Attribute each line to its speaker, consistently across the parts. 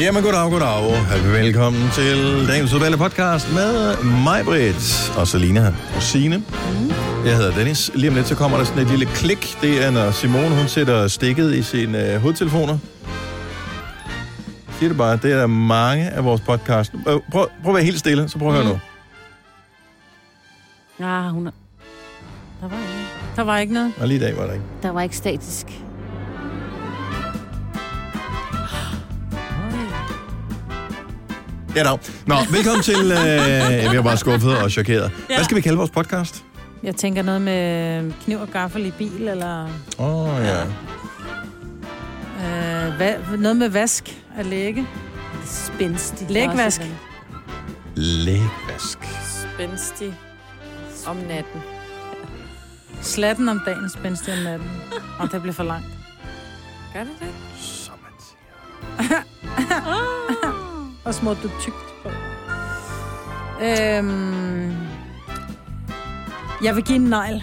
Speaker 1: Jamen, goddag, goddag. Velkommen til dagens udvalgte podcast med mig, Britt, og Selina og Signe. Jeg hedder Dennis. Lige om lidt, så kommer der sådan et lille klik. Det er, når Simone, hun sætter stikket i sine øh, hovedtelefoner. Jeg Siger det bare, det er der mange af vores podcast. Øh, prøv, prøv at være helt stille, så prøv at høre nu.
Speaker 2: Ah, hun er... Der var ikke Der var ikke noget.
Speaker 1: Og lige i dag var der ikke.
Speaker 2: Der var ikke statisk.
Speaker 1: Ja, dog. Nå, velkommen til... Øh, jeg er bare skuffet og chokeret. Hvad skal vi kalde vores podcast?
Speaker 2: Jeg tænker noget med øh, kniv og gaffel i bil, eller
Speaker 1: Åh, oh, ja.
Speaker 2: øh, va- noget med vask at lægge.
Speaker 3: Spændstig.
Speaker 2: Lægvask.
Speaker 1: Lægvask.
Speaker 3: Spændstig. Om natten.
Speaker 2: Slatten om dagen, spændstig om natten. Og det blev for langt.
Speaker 3: Gør det det?
Speaker 1: Som man siger.
Speaker 3: Ah.
Speaker 2: Og små du tygt på. Øhm, jeg vil give en negl.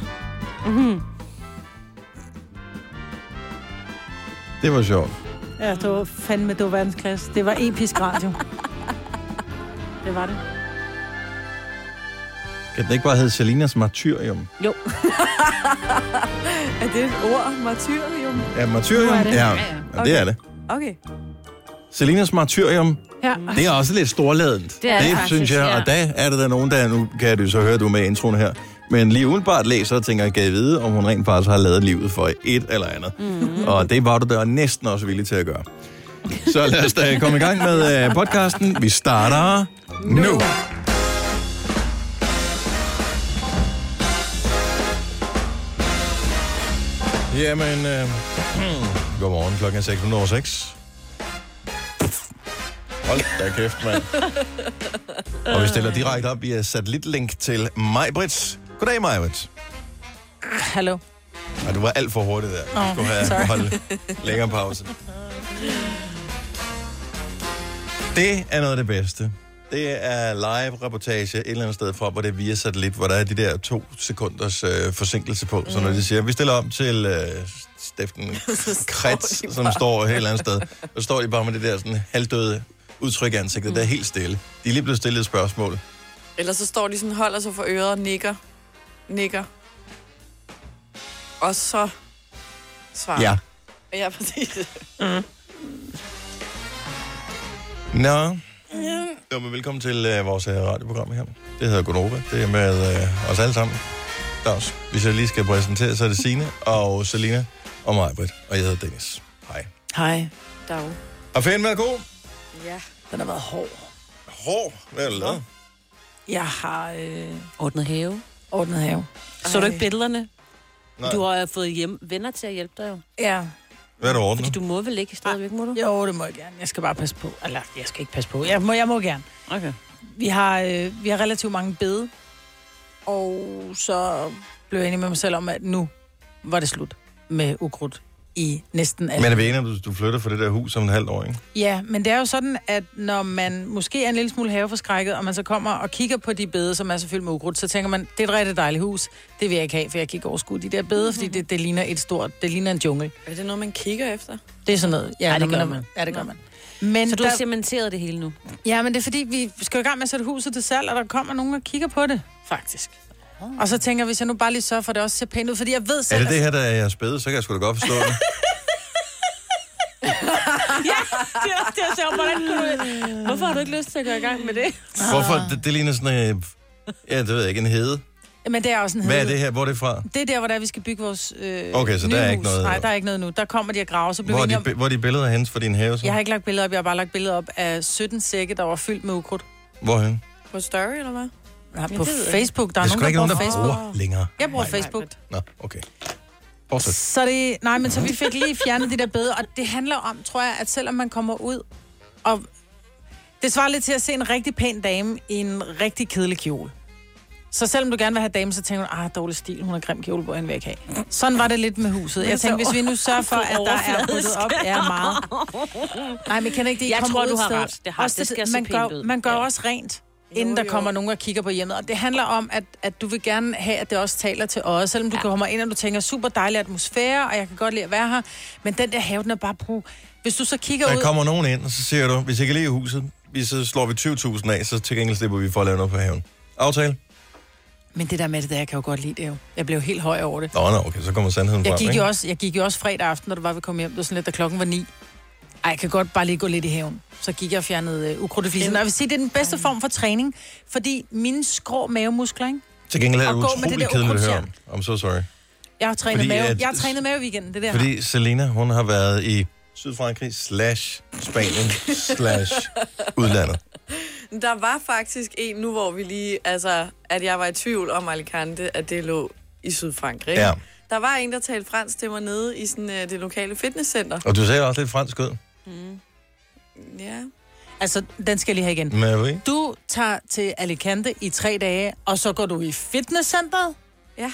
Speaker 2: Mhm.
Speaker 1: Det var sjovt.
Speaker 2: Ja, det var fandme, det var verdensklasse. Det var episk radio. det var det.
Speaker 1: Kan den ikke bare hedde Selinas Martyrium?
Speaker 2: Jo.
Speaker 3: Er det et ord? Martyrium?
Speaker 1: Ja, Martyrium?
Speaker 2: Nu er det.
Speaker 1: Ja,
Speaker 2: Ja, ja.
Speaker 1: ja, det er det.
Speaker 3: Okay.
Speaker 1: Selinas Martyrium,
Speaker 2: Ja.
Speaker 1: det er også lidt storladent.
Speaker 3: Det er det
Speaker 1: det
Speaker 3: faktisk,
Speaker 1: synes jeg,
Speaker 3: ja.
Speaker 1: og der er det der nogen, der, nu kan du så høre, du er med i introen her, men lige udenbart læser og tænker, kan jeg vide, om hun rent faktisk har lavet livet for et eller andet.
Speaker 3: Mhm.
Speaker 1: Mm. Og det var du der næsten også villig til at gøre. Så lad os da komme i gang med øh, podcasten. Vi starter nu. nu. Jamen, øh, godmorgen. Klokken er 6.06. Hold da kæft, mand. Og vi stiller direkte op via satellitlink til Majbrits. Goddag, Majbrits.
Speaker 2: Hallo.
Speaker 1: Ej, du var alt for hurtig der. Du
Speaker 2: Åh,
Speaker 1: skulle have
Speaker 2: sorry.
Speaker 1: holdt længere pause. Det er noget af det bedste. Det er live-reportage et eller andet sted fra, hvor det er via satellit, hvor der er de der to sekunders øh, forsinkelse på. Så når de siger, vi stiller om til øh, Steffen Kretz, som står et eller andet sted, så står de bare med det der sådan, halvdøde udtryk i ansigtet, mm. der er helt stille. De er lige blevet stillet et spørgsmål.
Speaker 3: Eller så står de sådan, holder sig for øret og nikker. Nikker. Og så svarer.
Speaker 1: Ja.
Speaker 3: Ah. Ja, præcis.
Speaker 1: Nå. Jo, men velkommen til øh, vores øh, radioprogram her. Det hedder Gonova. Det er med øh, os alle sammen. Der er os. Hvis jeg lige skal præsentere, så er det Signe og Selina og mig, Britt. Og jeg hedder Dennis. Hej.
Speaker 4: Hej.
Speaker 3: Dag.
Speaker 1: Har ferien været god?
Speaker 3: Ja.
Speaker 4: Den har været hård.
Speaker 1: Hård. Hvad er det lavet?
Speaker 4: Jeg har øh,
Speaker 5: Ordnet have.
Speaker 4: ordnet have.
Speaker 5: Så du ikke billederne?
Speaker 1: Nej.
Speaker 5: Du har øh, fået hjem venner til at hjælpe dig jo.
Speaker 4: Ja.
Speaker 1: Hvad er du
Speaker 5: Fordi
Speaker 1: ordnet?
Speaker 5: du må vel ikke stadigvæk, må du?
Speaker 4: Jo, det må jeg gerne. Jeg skal bare passe på. Eller, jeg skal ikke passe på. Jeg må, jeg må gerne.
Speaker 5: Okay.
Speaker 4: Vi har, øh, vi har relativt mange bede. Og så blev jeg enig med mig selv om, at nu var det slut med ukrudt i næsten alle.
Speaker 1: Men er vi enige, om, at du, du flytter fra det der hus om en halv år, ikke?
Speaker 4: Ja, men det er jo sådan, at når man måske er en lille smule haveforskrækket, og man så kommer og kigger på de bede, som er så fyldt med ukrudt, så tænker man, det er et rigtig dejligt hus. Det vil jeg ikke have, for jeg kan ikke overskue de der bede, fordi det, det ligner et stort, det ligner en jungle.
Speaker 3: Er det noget, man kigger efter?
Speaker 4: Det er sådan noget. Ja,
Speaker 5: det
Speaker 4: når
Speaker 5: gør
Speaker 4: er-
Speaker 5: man.
Speaker 4: Ja, det gør man. Men
Speaker 5: Så du
Speaker 4: der,
Speaker 5: har cementeret det hele nu?
Speaker 4: ja, men det er fordi, vi skal jo i gang med at sætte huset til salg, og der kommer nogen og kigger på det, faktisk. Og så tænker jeg, hvis jeg nu bare lige sørger for, at det også ser pænt ud, fordi jeg ved
Speaker 1: Er
Speaker 4: selv...
Speaker 1: det det her, der er jeres spæde, så kan jeg sgu da godt forstå det.
Speaker 5: Det er, det er sjovt, hvordan kunne du... Hvorfor har du ikke lyst til at gå i gang med det?
Speaker 1: Hvorfor? Det, det ligner sådan en... Ja, det ved jeg ikke. En hede.
Speaker 4: at... Men det er også en
Speaker 1: Hvad er
Speaker 4: hede.
Speaker 1: det her? Hvor er det fra?
Speaker 4: Det er der, hvor der vi skal bygge vores øh,
Speaker 1: Okay, så
Speaker 4: nye
Speaker 1: der er
Speaker 4: hus.
Speaker 1: ikke noget-
Speaker 4: Nej, der er ikke noget nu. Der kommer de og graver, så bliver
Speaker 1: Hvor
Speaker 4: vi
Speaker 1: er
Speaker 4: enige
Speaker 1: de,
Speaker 4: om...
Speaker 1: bi- hvor er de billeder hens for din have? Så?
Speaker 4: Jeg har ikke lagt billeder op, jeg har bare lagt billeder op af 17 sække, der var fyldt med ukrudt.
Speaker 1: Hvorhen?
Speaker 3: På story, eller hvad?
Speaker 4: Ja,
Speaker 5: det
Speaker 4: på
Speaker 5: ved jeg ikke.
Speaker 4: Facebook, der er,
Speaker 1: det er sgu da
Speaker 4: nogen,
Speaker 1: ikke nogen,
Speaker 4: der bruger
Speaker 1: der
Speaker 4: Facebook.
Speaker 1: bruger længere.
Speaker 4: Jeg bruger
Speaker 1: Nej.
Speaker 4: Facebook.
Speaker 1: Nå, okay. Fortsæt.
Speaker 4: Så det, nej, men så vi fik lige fjernet de der bede, og det handler om, tror jeg, at selvom man kommer ud, og det svarer lidt til at se en rigtig pæn dame i en rigtig kedelig kjole. Så selvom du gerne vil have dame, så tænker du, ah, dårlig stil, hun har grim kjole på, hende vil jeg ikke have. Sådan var det lidt med huset. Jeg tænkte, hvis vi nu sørger for, at der er ryddet op, er meget. Nej, men kender ikke det? I
Speaker 5: Jeg
Speaker 4: kommer
Speaker 5: tror,
Speaker 4: ud
Speaker 5: du
Speaker 4: et
Speaker 5: har
Speaker 4: sted.
Speaker 5: ret. Det har-
Speaker 4: Også
Speaker 5: det skal se
Speaker 4: man
Speaker 5: pænt
Speaker 4: gør,
Speaker 5: ud.
Speaker 4: Man gør
Speaker 5: Ja.
Speaker 4: også rent. inden
Speaker 3: Jo,
Speaker 4: der
Speaker 3: jo.
Speaker 4: kommer nogen og kigger på hjemmet. Og det handler om, at, at du vil gerne have, at det også taler til øjet, selvom du kommer ind, og du tænker, super dejlig atmosfære, og jeg kan godt lide at være her, men den der have, den er bare brug. Hvis du så kigger
Speaker 1: Der
Speaker 4: ud...
Speaker 1: kommer nogen ind, og så siger du, hvis jeg kan lide huset, vi- så slår vi 20.000 af, så til gengæld slipper vi for at lave noget på haven. Aftale?
Speaker 4: Men det der med det der, jeg kan jo godt lide det jo. Jeg blev helt høj over det.
Speaker 1: Nå, nå, okay, så kommer sandheden
Speaker 4: Jeg
Speaker 1: frem,
Speaker 4: gik
Speaker 1: ikke?
Speaker 4: jo også, jeg gik jo også fredag aften, når du var ved at komme hjem. Det var sådan lidt, da klokken var ni. Ej, jeg kan godt bare lige gå lidt i haven. Så gik jeg og fjernede øh, ukrudt i flisen. Og jeg vil sige, det er den bedste form for træning, fordi mine skrå mavemuskler, ikke?
Speaker 1: Til gengæld er
Speaker 4: og
Speaker 1: det
Speaker 4: gå med det
Speaker 1: utrolig
Speaker 4: der
Speaker 1: kedeligt at høre om.
Speaker 4: ukrudtsjern.
Speaker 1: I'm so sorry.
Speaker 4: Jeg har trænet
Speaker 1: Fordi
Speaker 4: mave.
Speaker 1: at-
Speaker 4: Jeg har trænet mave i weekenden, det der. Fordi...
Speaker 1: Fordi Selena, hun har været i Sydfrankrig slash Spanien slash udlandet.
Speaker 3: Der var faktisk en nu, hvor vi lige, altså, at jeg var i tvivl om Alicante, at det lå i Sydfrankrig.
Speaker 1: Ja.
Speaker 3: Der var en, der talte fransk til mig nede i sådan, øh, det lokale fitnesscenter.
Speaker 1: Og du ser også lidt fransk ud.
Speaker 5: Mm.
Speaker 3: Ja.
Speaker 4: Altså, den skal jeg lige have igen.
Speaker 1: Mary?
Speaker 4: Du tager til Alicante i tre dage, og så går du i fitnesscenteret.
Speaker 3: Ja.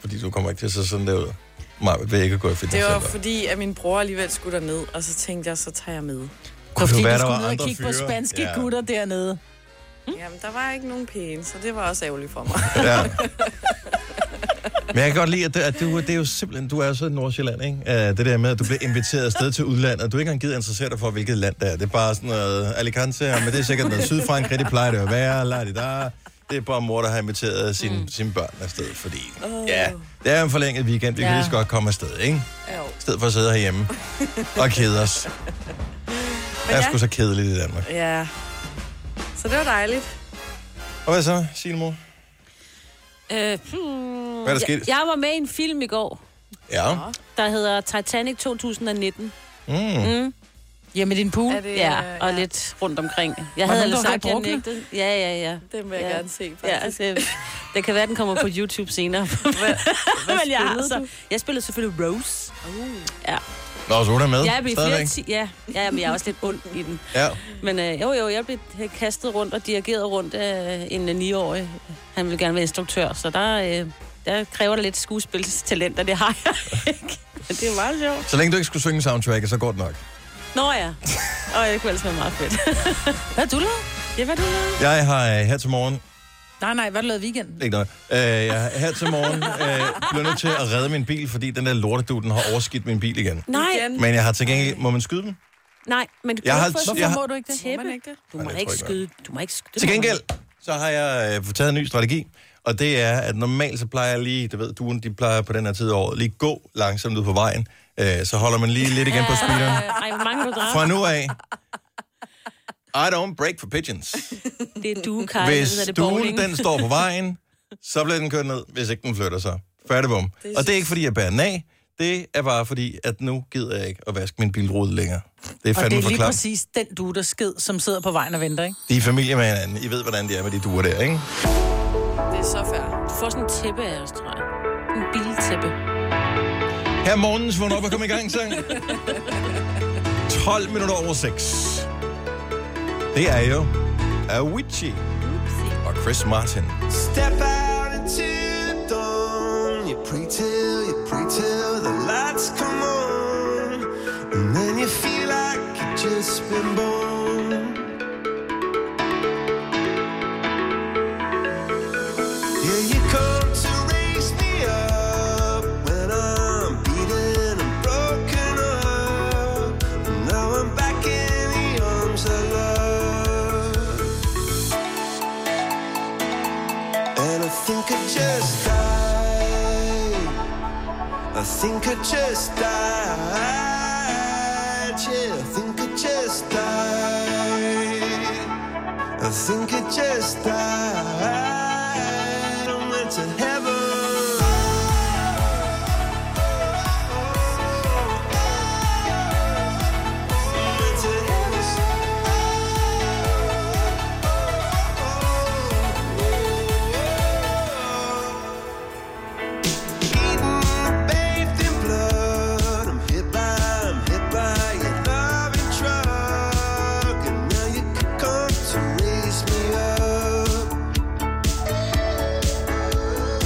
Speaker 1: Fordi du kommer ikke til at se sådan der ud. Nej, vil ikke at gå i
Speaker 3: Det var
Speaker 1: fitnesscenter.
Speaker 3: fordi, at min bror alligevel skulle derned, og så tænkte jeg, så tager jeg med.
Speaker 1: Kunne
Speaker 4: Fordi
Speaker 1: det
Speaker 4: du
Speaker 1: være, der
Speaker 4: skulle
Speaker 1: var
Speaker 4: ned og
Speaker 1: andre
Speaker 4: kigge på
Speaker 1: fyre?
Speaker 4: spanske
Speaker 1: Ja.
Speaker 4: ja. gutter dernede.
Speaker 5: Mm.
Speaker 3: Jamen, der var ikke nogen pæne, så det var også ærgerligt for mig.
Speaker 1: Ja. Men jeg kan godt lide, at, det, at du, det er jo simpelthen, du er jo så i Nordsjælland, ikke? Uh, det der med, at du bliver inviteret afsted til udlandet, og du er ikke engang givet at interessere dig for, hvilket land det er. Det er bare sådan noget Alicante, ja, men det er sikkert noget Sydfrankrig, det plejer det at være, la da. Det er bare mor, der har inviteret sin, mm. sine børn afsted, fordi oh. ja, det er en forlænget weekend, vi ja. kan
Speaker 4: Ja.
Speaker 1: lige så godt komme afsted, ikke?
Speaker 3: Ja, jo.
Speaker 1: I stedet for at sidde herhjemme og kede os. Det er
Speaker 3: ja.
Speaker 1: sgu så kedeligt i Danmark.
Speaker 3: ja. Så det var dejligt.
Speaker 1: Og hvad så, Signe mor?
Speaker 5: Øh, hmm,
Speaker 1: Hvad er der sket?
Speaker 5: Jeg, jeg var med i en film i går,
Speaker 1: Ja.
Speaker 5: der hedder Titanic 2019.
Speaker 1: Mm.
Speaker 4: Hjemme i din pool.
Speaker 3: Er det, øh,
Speaker 5: Mm. Ja, og lidt rundt omkring. Jeg
Speaker 4: den,
Speaker 5: havde
Speaker 4: du
Speaker 5: ellers
Speaker 4: har
Speaker 5: sagt, at jeg
Speaker 4: brugt den?
Speaker 5: nægtede. Ja, ja, ja.
Speaker 3: Den vil jeg
Speaker 5: Ja.
Speaker 3: gerne se,
Speaker 5: ja
Speaker 3: faktisk.
Speaker 5: altså, det kan være, den kommer på YouTube senere. Men jeg, har så, jeg spillede selvfølgelig Rose.
Speaker 1: Nå, så hun er med.
Speaker 5: Jeg blev flere
Speaker 1: Stadigvæk.
Speaker 5: ti- ja, ja, men jeg er også lidt ond i den.
Speaker 1: Ja.
Speaker 5: Men øh, jo, jo, jeg blev kastet rundt og dirigeret rundt af en øh, 9-årig. Han ville gerne være instruktør, så der, øh, der kræver det lidt skuespilstalent, og det har jeg ikke. Men det er meget sjovt.
Speaker 1: Så længe du ikke skulle synge soundtracket, så går det nok.
Speaker 5: Nå ja, og det kunne ellers være meget fedt.
Speaker 4: Hvad har du lavet?
Speaker 5: Ja, hvad du lavede?
Speaker 1: Jeg har øh, her til morgen...
Speaker 4: Nej, nej, hvad har du lavet i weekenden?
Speaker 1: Ikke noget. Øh, jeg har her til morgen øh, blevet nødt til at redde min bil, fordi den der lortedu, den har overskidt min bil igen.
Speaker 5: Nej,
Speaker 1: Men jeg har til gengæld... Må man skyde den?
Speaker 5: nej, men
Speaker 1: Jeg har-
Speaker 5: hvorfor
Speaker 1: jeg
Speaker 4: Hvorfor
Speaker 1: har-
Speaker 4: må du ikke det?
Speaker 5: tæppe?
Speaker 3: man ikke det?
Speaker 5: Du
Speaker 1: Nej,
Speaker 5: må
Speaker 1: det
Speaker 5: ikke
Speaker 1: tror jeg
Speaker 5: skyde. Du må ikke skyde.
Speaker 1: Til gengæld, så har jeg øh, taget en ny strategi, og det er, at normalt så plejer jeg lige... Du ved, duen, de plejer på den her tid af året lige gå langsomt ud på vejen. Øh, så holder man lige lidt igen på speederen.
Speaker 5: Ej, hvor mange du dræber.
Speaker 1: Fra nu af... I don't break for pigeons.
Speaker 5: Det er du, Kaj.
Speaker 1: Hvis
Speaker 5: det
Speaker 1: stuen
Speaker 5: bowling.
Speaker 1: den står på vejen, så bliver den kørt ned, hvis ikke den flytter sig. Færdigbom. Og det er ikke, fordi jeg bærer den af. Det er bare fordi, at nu gider jeg ikke at vaske min bilrude længere. Det er
Speaker 4: Og det
Speaker 1: fandme
Speaker 4: er
Speaker 1: for
Speaker 4: lige
Speaker 1: klart.
Speaker 4: præcis den du, der sked, som sidder på vejen og venter, ikke?
Speaker 1: De er familie med hinanden. I ved, hvordan de er med de duer der, ikke?
Speaker 3: Det er så fair.
Speaker 5: Du får sådan en tæppe af os, tror jeg. En biltæppe.
Speaker 1: Her er morgens vågn op og kom i gang, sang. 12 minutter over 6. Det er jo Avicii og Chris Martin.
Speaker 6: Step out into the dawn. You pray till, you pray till the lights come on. And then you feel like you've just been born. Yeah, you come to raise me up when I'm beaten and broken up. And now I'm back in the arms of love. And I think I just died. I think I just died. Yeah, I think I just died. I think I just died. I went to heaven. Went to heaven. Raise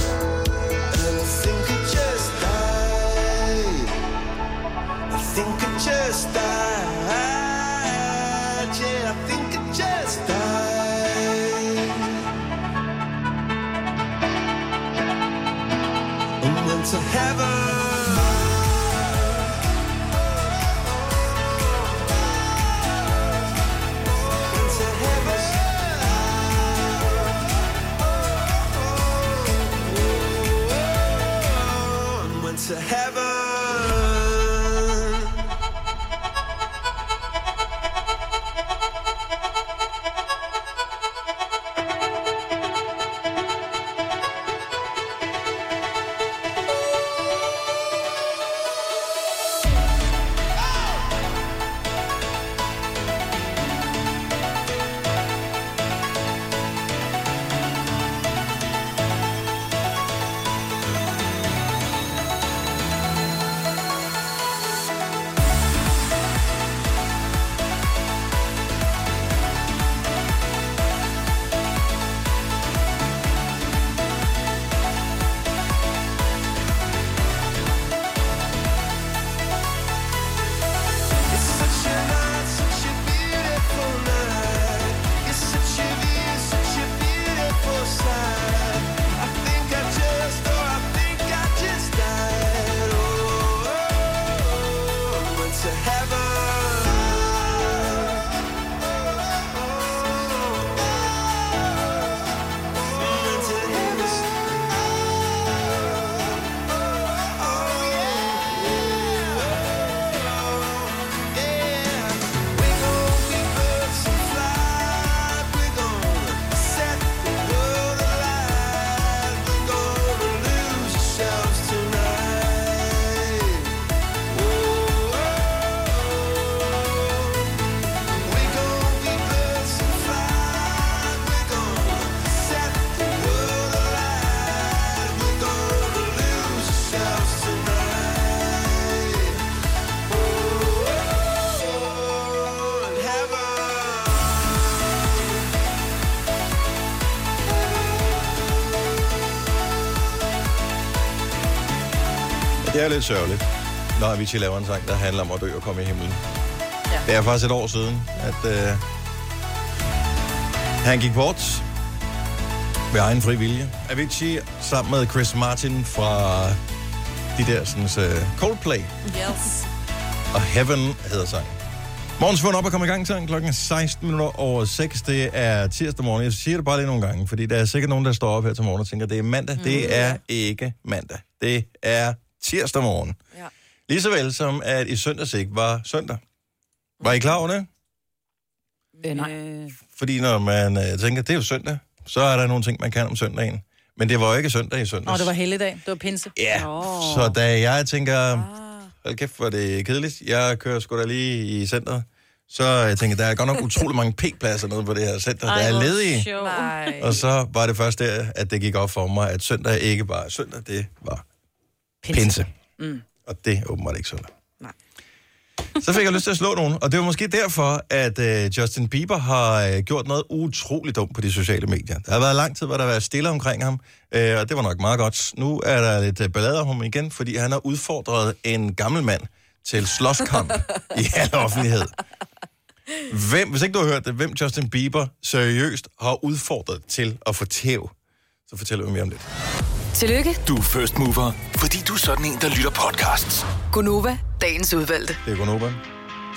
Speaker 6: me up. Oh,
Speaker 1: det er jo lidt sørgeligt, når Avicii laver en sang, der handler om at dø og komme i himlen. Ja. Det er faktisk et år siden, at øh, han gik bort ved egen fri vilje. Avicii sammen med Chris Martin fra de der sådan, øh, Coldplay
Speaker 3: Yes.
Speaker 1: og Heaven hedder sangen. Morgens vund op og kom i gang til klokken er 16 minutter over 6. Det er tirsdag morgen. Jeg siger det bare lige nogle gange, fordi der er sikkert nogen, der står op her til morgen og tænker, det er mandag. Mm, det er ikke mandag. Det er tirsdag morgen.
Speaker 3: Ja.
Speaker 1: Lige så vel som, at i søndags ikke var søndag. Var I klar over det?
Speaker 4: Øh, nej.
Speaker 1: Fordi når man øh, tænker, det er jo søndag, så er der nogle ting, man kan om søndagen. Men det var jo ikke søndag i søndags.
Speaker 4: Og det var helligdag. Det var pinse.
Speaker 1: Ja, oh. så da jeg tænker, hold kæft, hvor er det kedeligt. Jeg kører sgu da lige i centret. Så jeg tænker, der er godt nok utrolig mange p-pladser nede på det her center, der er ledige.
Speaker 3: Nej.
Speaker 1: Og så var det først der, at det gik op for mig, at søndag ikke bare er søndag, det var pinse. pinse. Mm. Og det er åbenbart ikke søndag. Så fik jeg lyst til at slå nogen, og det var måske derfor, at øh, Justin Bieber har øh, gjort noget utroligt dumt på de sociale medier. Der har været lang tid, hvor der har været stille omkring ham, øh, og det var nok meget godt. Nu er der lidt øh, ballade om ham igen, fordi han har udfordret en gammel mand til slåskamp i al offentlighed. Hvem, hvis ikke du har hørt det, hvem Justin Bieber seriøst har udfordret til at få tæv, så fortæller vi mere om lidt.
Speaker 7: Tillykke,
Speaker 8: Du er first mover, fordi du er sådan en, der lytter podcasts.
Speaker 7: Gunova, dagens udvalgte.
Speaker 1: Det er Gunnova.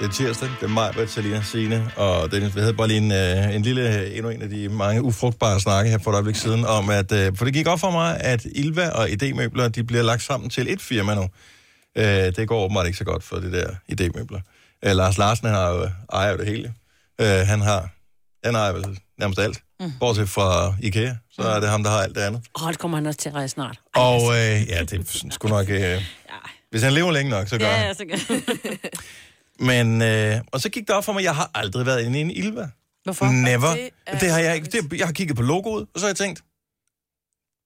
Speaker 1: Det er tirsdag. Det er mig, Britt, Salina, Signe og Dennis. Vi havde bare lige en, øh, en lille, øh, endnu en af de mange ufrugtbare snakke her for et øjeblik siden, om at, øh, for det gik op for mig, at Ilva og ID-møbler, de bliver lagt sammen til et firma nu. Øh, det går åbenbart ikke så godt for det der ID-møbler. Øh, Lars Larsen han har jo, ejer jo det hele. Øh, han har, han ejer vel nærmest alt. Mm. Bortset fra IKEA, så er det ham, der har alt det andet.
Speaker 5: Åh, det kommer han også til at rejse snart.
Speaker 1: Og øh, ja, det er sgu nok... Øh, hvis han lever længe nok, så gør han.
Speaker 5: Ja, ja, så gør
Speaker 1: Men, øh, og så gik det op for mig, jeg har aldrig været inde i en Ilva.
Speaker 4: Hvorfor?
Speaker 1: Never.
Speaker 3: Det
Speaker 1: Det,
Speaker 3: er
Speaker 1: det har jeg ikke.
Speaker 3: trist.
Speaker 1: Det, jeg har kigget på logoet, og så har jeg tænkt,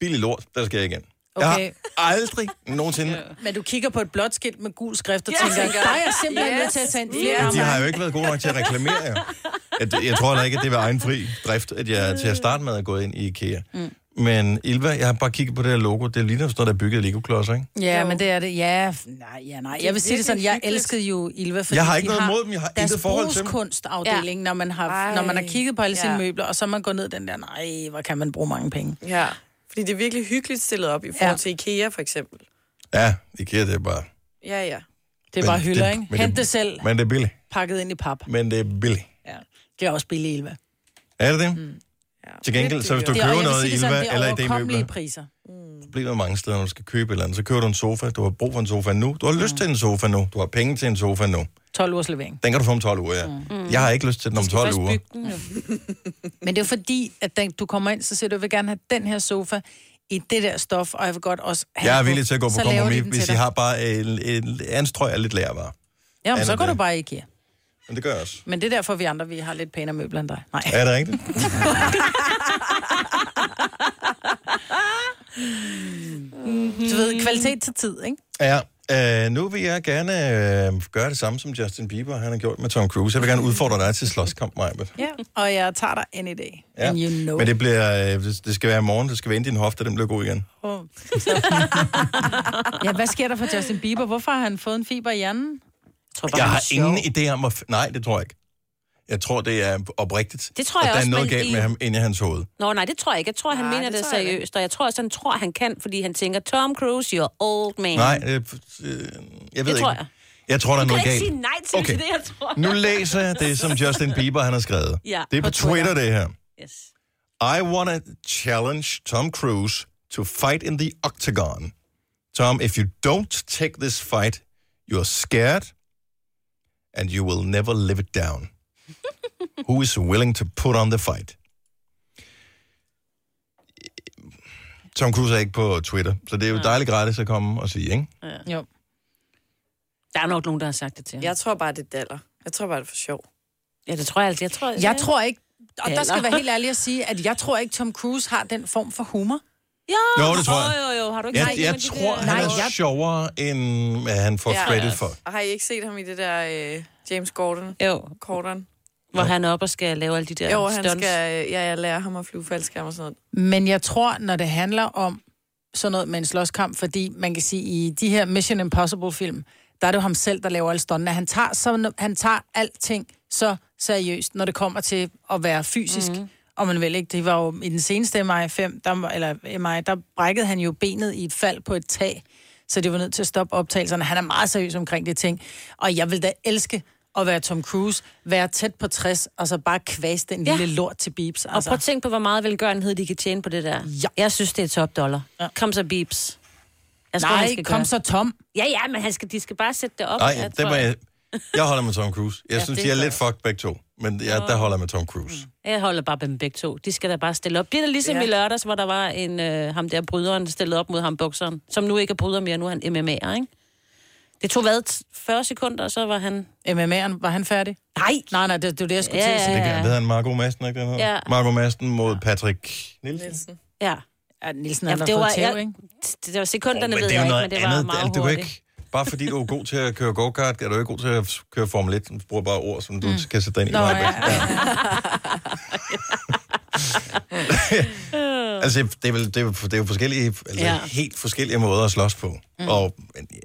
Speaker 1: billig lort, der skal jeg igen. Okay.
Speaker 4: Okay.
Speaker 1: Jeg har aldrig nogensinde...
Speaker 4: Men du kigger på et blåt skilt med gul skrift og
Speaker 3: Ja.
Speaker 4: tænker, der er jeg simpelthen
Speaker 3: Yes.
Speaker 4: nødt til at tage en
Speaker 3: Yes.
Speaker 4: flere
Speaker 1: De
Speaker 4: yes.
Speaker 1: har jo ikke været gode nok til at reklamere jer. At, jeg tror heller ikke, at det var egen fri drift, at jeg til at starte med er gået ind i IKEA. Mm. Men Ilva, jeg har bare kikget på det her logo. Det ligner sådan noget, der er bygget af Lego-klodser, ikke?
Speaker 4: Ja, men det er det. Ja, f- nej, ja, nej. Jeg vil sige det sådan, jeg elskede jo Ilva, fordi
Speaker 1: Jeg har
Speaker 4: de
Speaker 1: ikke noget imod dem, jeg har
Speaker 4: deres
Speaker 1: intet forhold til dem.
Speaker 4: brugskunstafdeling, når man har,
Speaker 3: Ej.
Speaker 4: når man har kigget på alle sine
Speaker 3: Ja.
Speaker 4: møbler, og så man går ned den der, nej, hvor kan man bruge mange penge.
Speaker 3: Ja. Fordi det er virkelig hyggeligt stillet op i forhold
Speaker 4: Ja.
Speaker 3: til IKEA, for eksempel.
Speaker 1: Ja, IKEA, det er bare...
Speaker 3: Ja, ja.
Speaker 4: Det er
Speaker 1: Men
Speaker 4: bare
Speaker 1: det-
Speaker 4: hylder, ikke?
Speaker 1: men det-
Speaker 4: Hent det selv,
Speaker 1: Men det er billigt.
Speaker 4: pakket ind i pap.
Speaker 1: Men det er billigt.
Speaker 4: Ja. Det er også billig Ilva.
Speaker 1: Er det det? Mm.
Speaker 3: ja.
Speaker 1: Til gengæld, så hvis du
Speaker 4: Det er, og jeg
Speaker 1: køber
Speaker 4: vil
Speaker 1: noget i
Speaker 4: sige det
Speaker 1: Ilva
Speaker 4: sådan, det er
Speaker 1: eller i D-møbler,
Speaker 4: overkommelige priser.
Speaker 1: problemet mange steder, når du skal købe et eller andet. Så køber du en sofa, du har brug for en sofa nu, du har
Speaker 4: Mm.
Speaker 1: lyst til en sofa nu, du har penge til en sofa nu.
Speaker 4: 12 ugers levering.
Speaker 1: Den kan du få om 12 uger, ja. Mm. Jeg har ikke lyst til den om 12 uger.
Speaker 4: Men det er jo fordi, at den, du kommer ind, så siger du, jeg vil gerne have den her sofa i det der stof, og jeg vil godt også have
Speaker 1: Jeg er
Speaker 4: den på.
Speaker 1: villig til at gå på
Speaker 4: Så laver de
Speaker 1: kompromis,
Speaker 4: den til
Speaker 1: hvis I
Speaker 4: dig.
Speaker 1: har bare en, en anstrøg af lidt lærvarer.
Speaker 4: Ja, men så
Speaker 1: andet
Speaker 4: går du
Speaker 1: det.
Speaker 4: bare i IKEA.
Speaker 1: Men det gør jeg også.
Speaker 4: Men det er derfor, vi andre vi har lidt pænere møbler end dig. Nej.
Speaker 1: Er det rigtigt?
Speaker 4: Du ved, kvalitet til tid, ikke?
Speaker 1: Ja. Øh, nu vil jeg gerne øh, gøre det samme, som Justin Bieber han har gjort med Tom Cruise. Jeg vil gerne udfordre dig til slåskamp, Majbet.
Speaker 4: Ja. Og jeg tager dig any day.
Speaker 1: Ja.
Speaker 4: And you know
Speaker 1: Men
Speaker 4: det...
Speaker 1: det, bliver, øh, det skal være i morgen, det skal være ind i din hofte, den bliver god igen.
Speaker 4: Ja, hvad sker der for Justin Bieber? Hvorfor har han fået en fiber i hjernen?
Speaker 1: Jeg har ingen idé om, at... Nej, det tror jeg ikke. Jeg tror, det er oprigtigt.
Speaker 5: Det tror jeg
Speaker 1: at der
Speaker 5: også,
Speaker 1: er noget
Speaker 5: men
Speaker 1: galt
Speaker 5: i- Mm.
Speaker 1: med ham inde i hans hoved.
Speaker 5: Nå, nej, det tror jeg ikke. Jeg tror, han
Speaker 3: Nej,
Speaker 5: nej, mener
Speaker 3: det
Speaker 5: det, det
Speaker 3: tror jeg ikke.
Speaker 5: seriøst, og jeg tror også, han tror, han kan, fordi han tænker, Tom Cruise, you're old man.
Speaker 1: Nej, øh, øh, jeg ved ikke.
Speaker 5: tror jeg.
Speaker 1: Jeg tror, der er
Speaker 5: Du kan
Speaker 1: noget
Speaker 5: ikke
Speaker 1: galt.
Speaker 5: sige nej til
Speaker 1: Okay.
Speaker 5: okay. det, jeg tror.
Speaker 1: Nu læser jeg det, som Justin Bieber han har skrevet.
Speaker 5: Ja,
Speaker 1: det er på
Speaker 5: på
Speaker 1: Twitter,
Speaker 5: Twitter.
Speaker 1: det her.
Speaker 5: Yes.
Speaker 1: I wanna challenge Tom Cruise to fight in the octagon. Tom, if you don't take this fight, you're scared, and you will never live it down. Who is willing to put on the fight? Tom Cruise er ikke på Twitter, så det er jo dejligt gratis at komme og sige, ikke?
Speaker 4: Jo.
Speaker 5: Der er nok nogen, der har sagt det til ham.
Speaker 3: Jeg tror bare, det daller. Jeg tror bare, det er for sjov.
Speaker 5: Ja, det tror jeg altså. Jeg tror,
Speaker 4: Jeg tror ikke, og der skal jeg
Speaker 5: Eller-
Speaker 4: være helt ærlig at sige, at jeg tror ikke, Tom Cruise har den form for humor.
Speaker 5: Ja,
Speaker 1: Jo, det tror jeg.
Speaker 5: Jo, jo, jo. Har du ikke
Speaker 1: Jeg,
Speaker 5: set
Speaker 1: jeg
Speaker 5: nogle af de
Speaker 1: tror,
Speaker 5: der-
Speaker 1: han
Speaker 4: Nej,
Speaker 1: er
Speaker 4: jeg-
Speaker 1: sjovere, end hvad han får
Speaker 3: Ja.
Speaker 1: credit for.
Speaker 3: Og har I ikke set ham i det der øh, James Gordon?
Speaker 5: Jo,
Speaker 3: Gordon?
Speaker 5: hvor han er oppe og skal lave alle de der
Speaker 3: Jo, han
Speaker 5: stunts.
Speaker 3: skal, øh, ja, jeg lærer ham at flyve faldskærm og sådan noget.
Speaker 4: Men jeg tror, når det handler om sådan noget med en slåskamp, fordi man kan sige, i de her Mission Impossible-film, der er det jo ham selv, der laver alle stuntene. Han tager, så, han tager alting så seriøst, når det kommer til at være fysisk.
Speaker 5: Mhm.
Speaker 4: Mm-hmm. Og man vel ikke, det var jo i den seneste MI5, der, var- eller MI, der brækkede han jo benet i et fald på et tag, så det var nødt til at stoppe optagelserne. Han er meget seriøs omkring det ting. Og jeg vil da elske at være Tom Cruise, være tæt på 60, og så bare kvæse den ja.
Speaker 5: Ja.
Speaker 4: lille lort til Beeps. altså.
Speaker 5: Og prøv at tænke på, hvor meget velgørenhed de kan tjene på det der.
Speaker 4: Ja.
Speaker 5: Jeg synes, det er top dollar. Ja. Kom så, Beeps. Jeg tror, han
Speaker 4: Nej,
Speaker 5: skal
Speaker 4: kom
Speaker 5: gøre.
Speaker 4: så Tom.
Speaker 5: Ja, ja, men han skal, de skal bare sætte det op.
Speaker 1: Nej,
Speaker 5: jeg
Speaker 1: det
Speaker 5: tror,
Speaker 1: var jeg. Jeg holder med Tom Cruise. Jeg ja, synes,
Speaker 5: det
Speaker 1: de er
Speaker 5: gør
Speaker 1: lidt fucked begge to. Men ja, der holder jeg med Tom Cruise.
Speaker 5: Jeg holder bare med dem begge to. De skal da bare stille op. Bliver det ligesom
Speaker 4: Ja.
Speaker 5: ja. i lørdags, hvor der var en, øh, ham der bryderen stillet op mod ham bokseren, som nu ikke er bryder mere, nu er han MMA'er, ikke? Det tog hvad, t- 40 sekunder, og så var han...
Speaker 4: MMA'en, var han færdig?
Speaker 5: Nej!
Speaker 4: Nej, nej, det, det var det, jeg skulle til at
Speaker 5: Ja.
Speaker 4: sige.
Speaker 1: Det kan, hedder han Marco Madsen, ikke den hedder?
Speaker 5: Ja.
Speaker 1: Marco Madsen mod Patrick Nielsen.
Speaker 3: Nielsen.
Speaker 5: Ja.
Speaker 4: Ja, Nielsen
Speaker 5: ja
Speaker 4: havde
Speaker 5: det, var,
Speaker 4: fået tæv, ikke?
Speaker 5: det var sekunderne,
Speaker 1: men
Speaker 5: ved
Speaker 1: det er jo
Speaker 5: jeg
Speaker 1: noget
Speaker 5: ikke, men det var
Speaker 1: andet.
Speaker 5: meget
Speaker 1: altså, du er
Speaker 5: hurtigt.
Speaker 1: ikke, bare fordi du er god til at køre go-kart, er du ikke god til at køre Formel 1. Du bruger bare ord, som du mm. kan sætte dig ind i.
Speaker 4: Nå,
Speaker 1: meget
Speaker 4: ja,
Speaker 1: bedst. altså, det er, vel, det, er, jo- det er jo forskellige, altså, ja.
Speaker 5: Ja.
Speaker 1: helt forskellige måder at slås på. Mm. Og men, ja,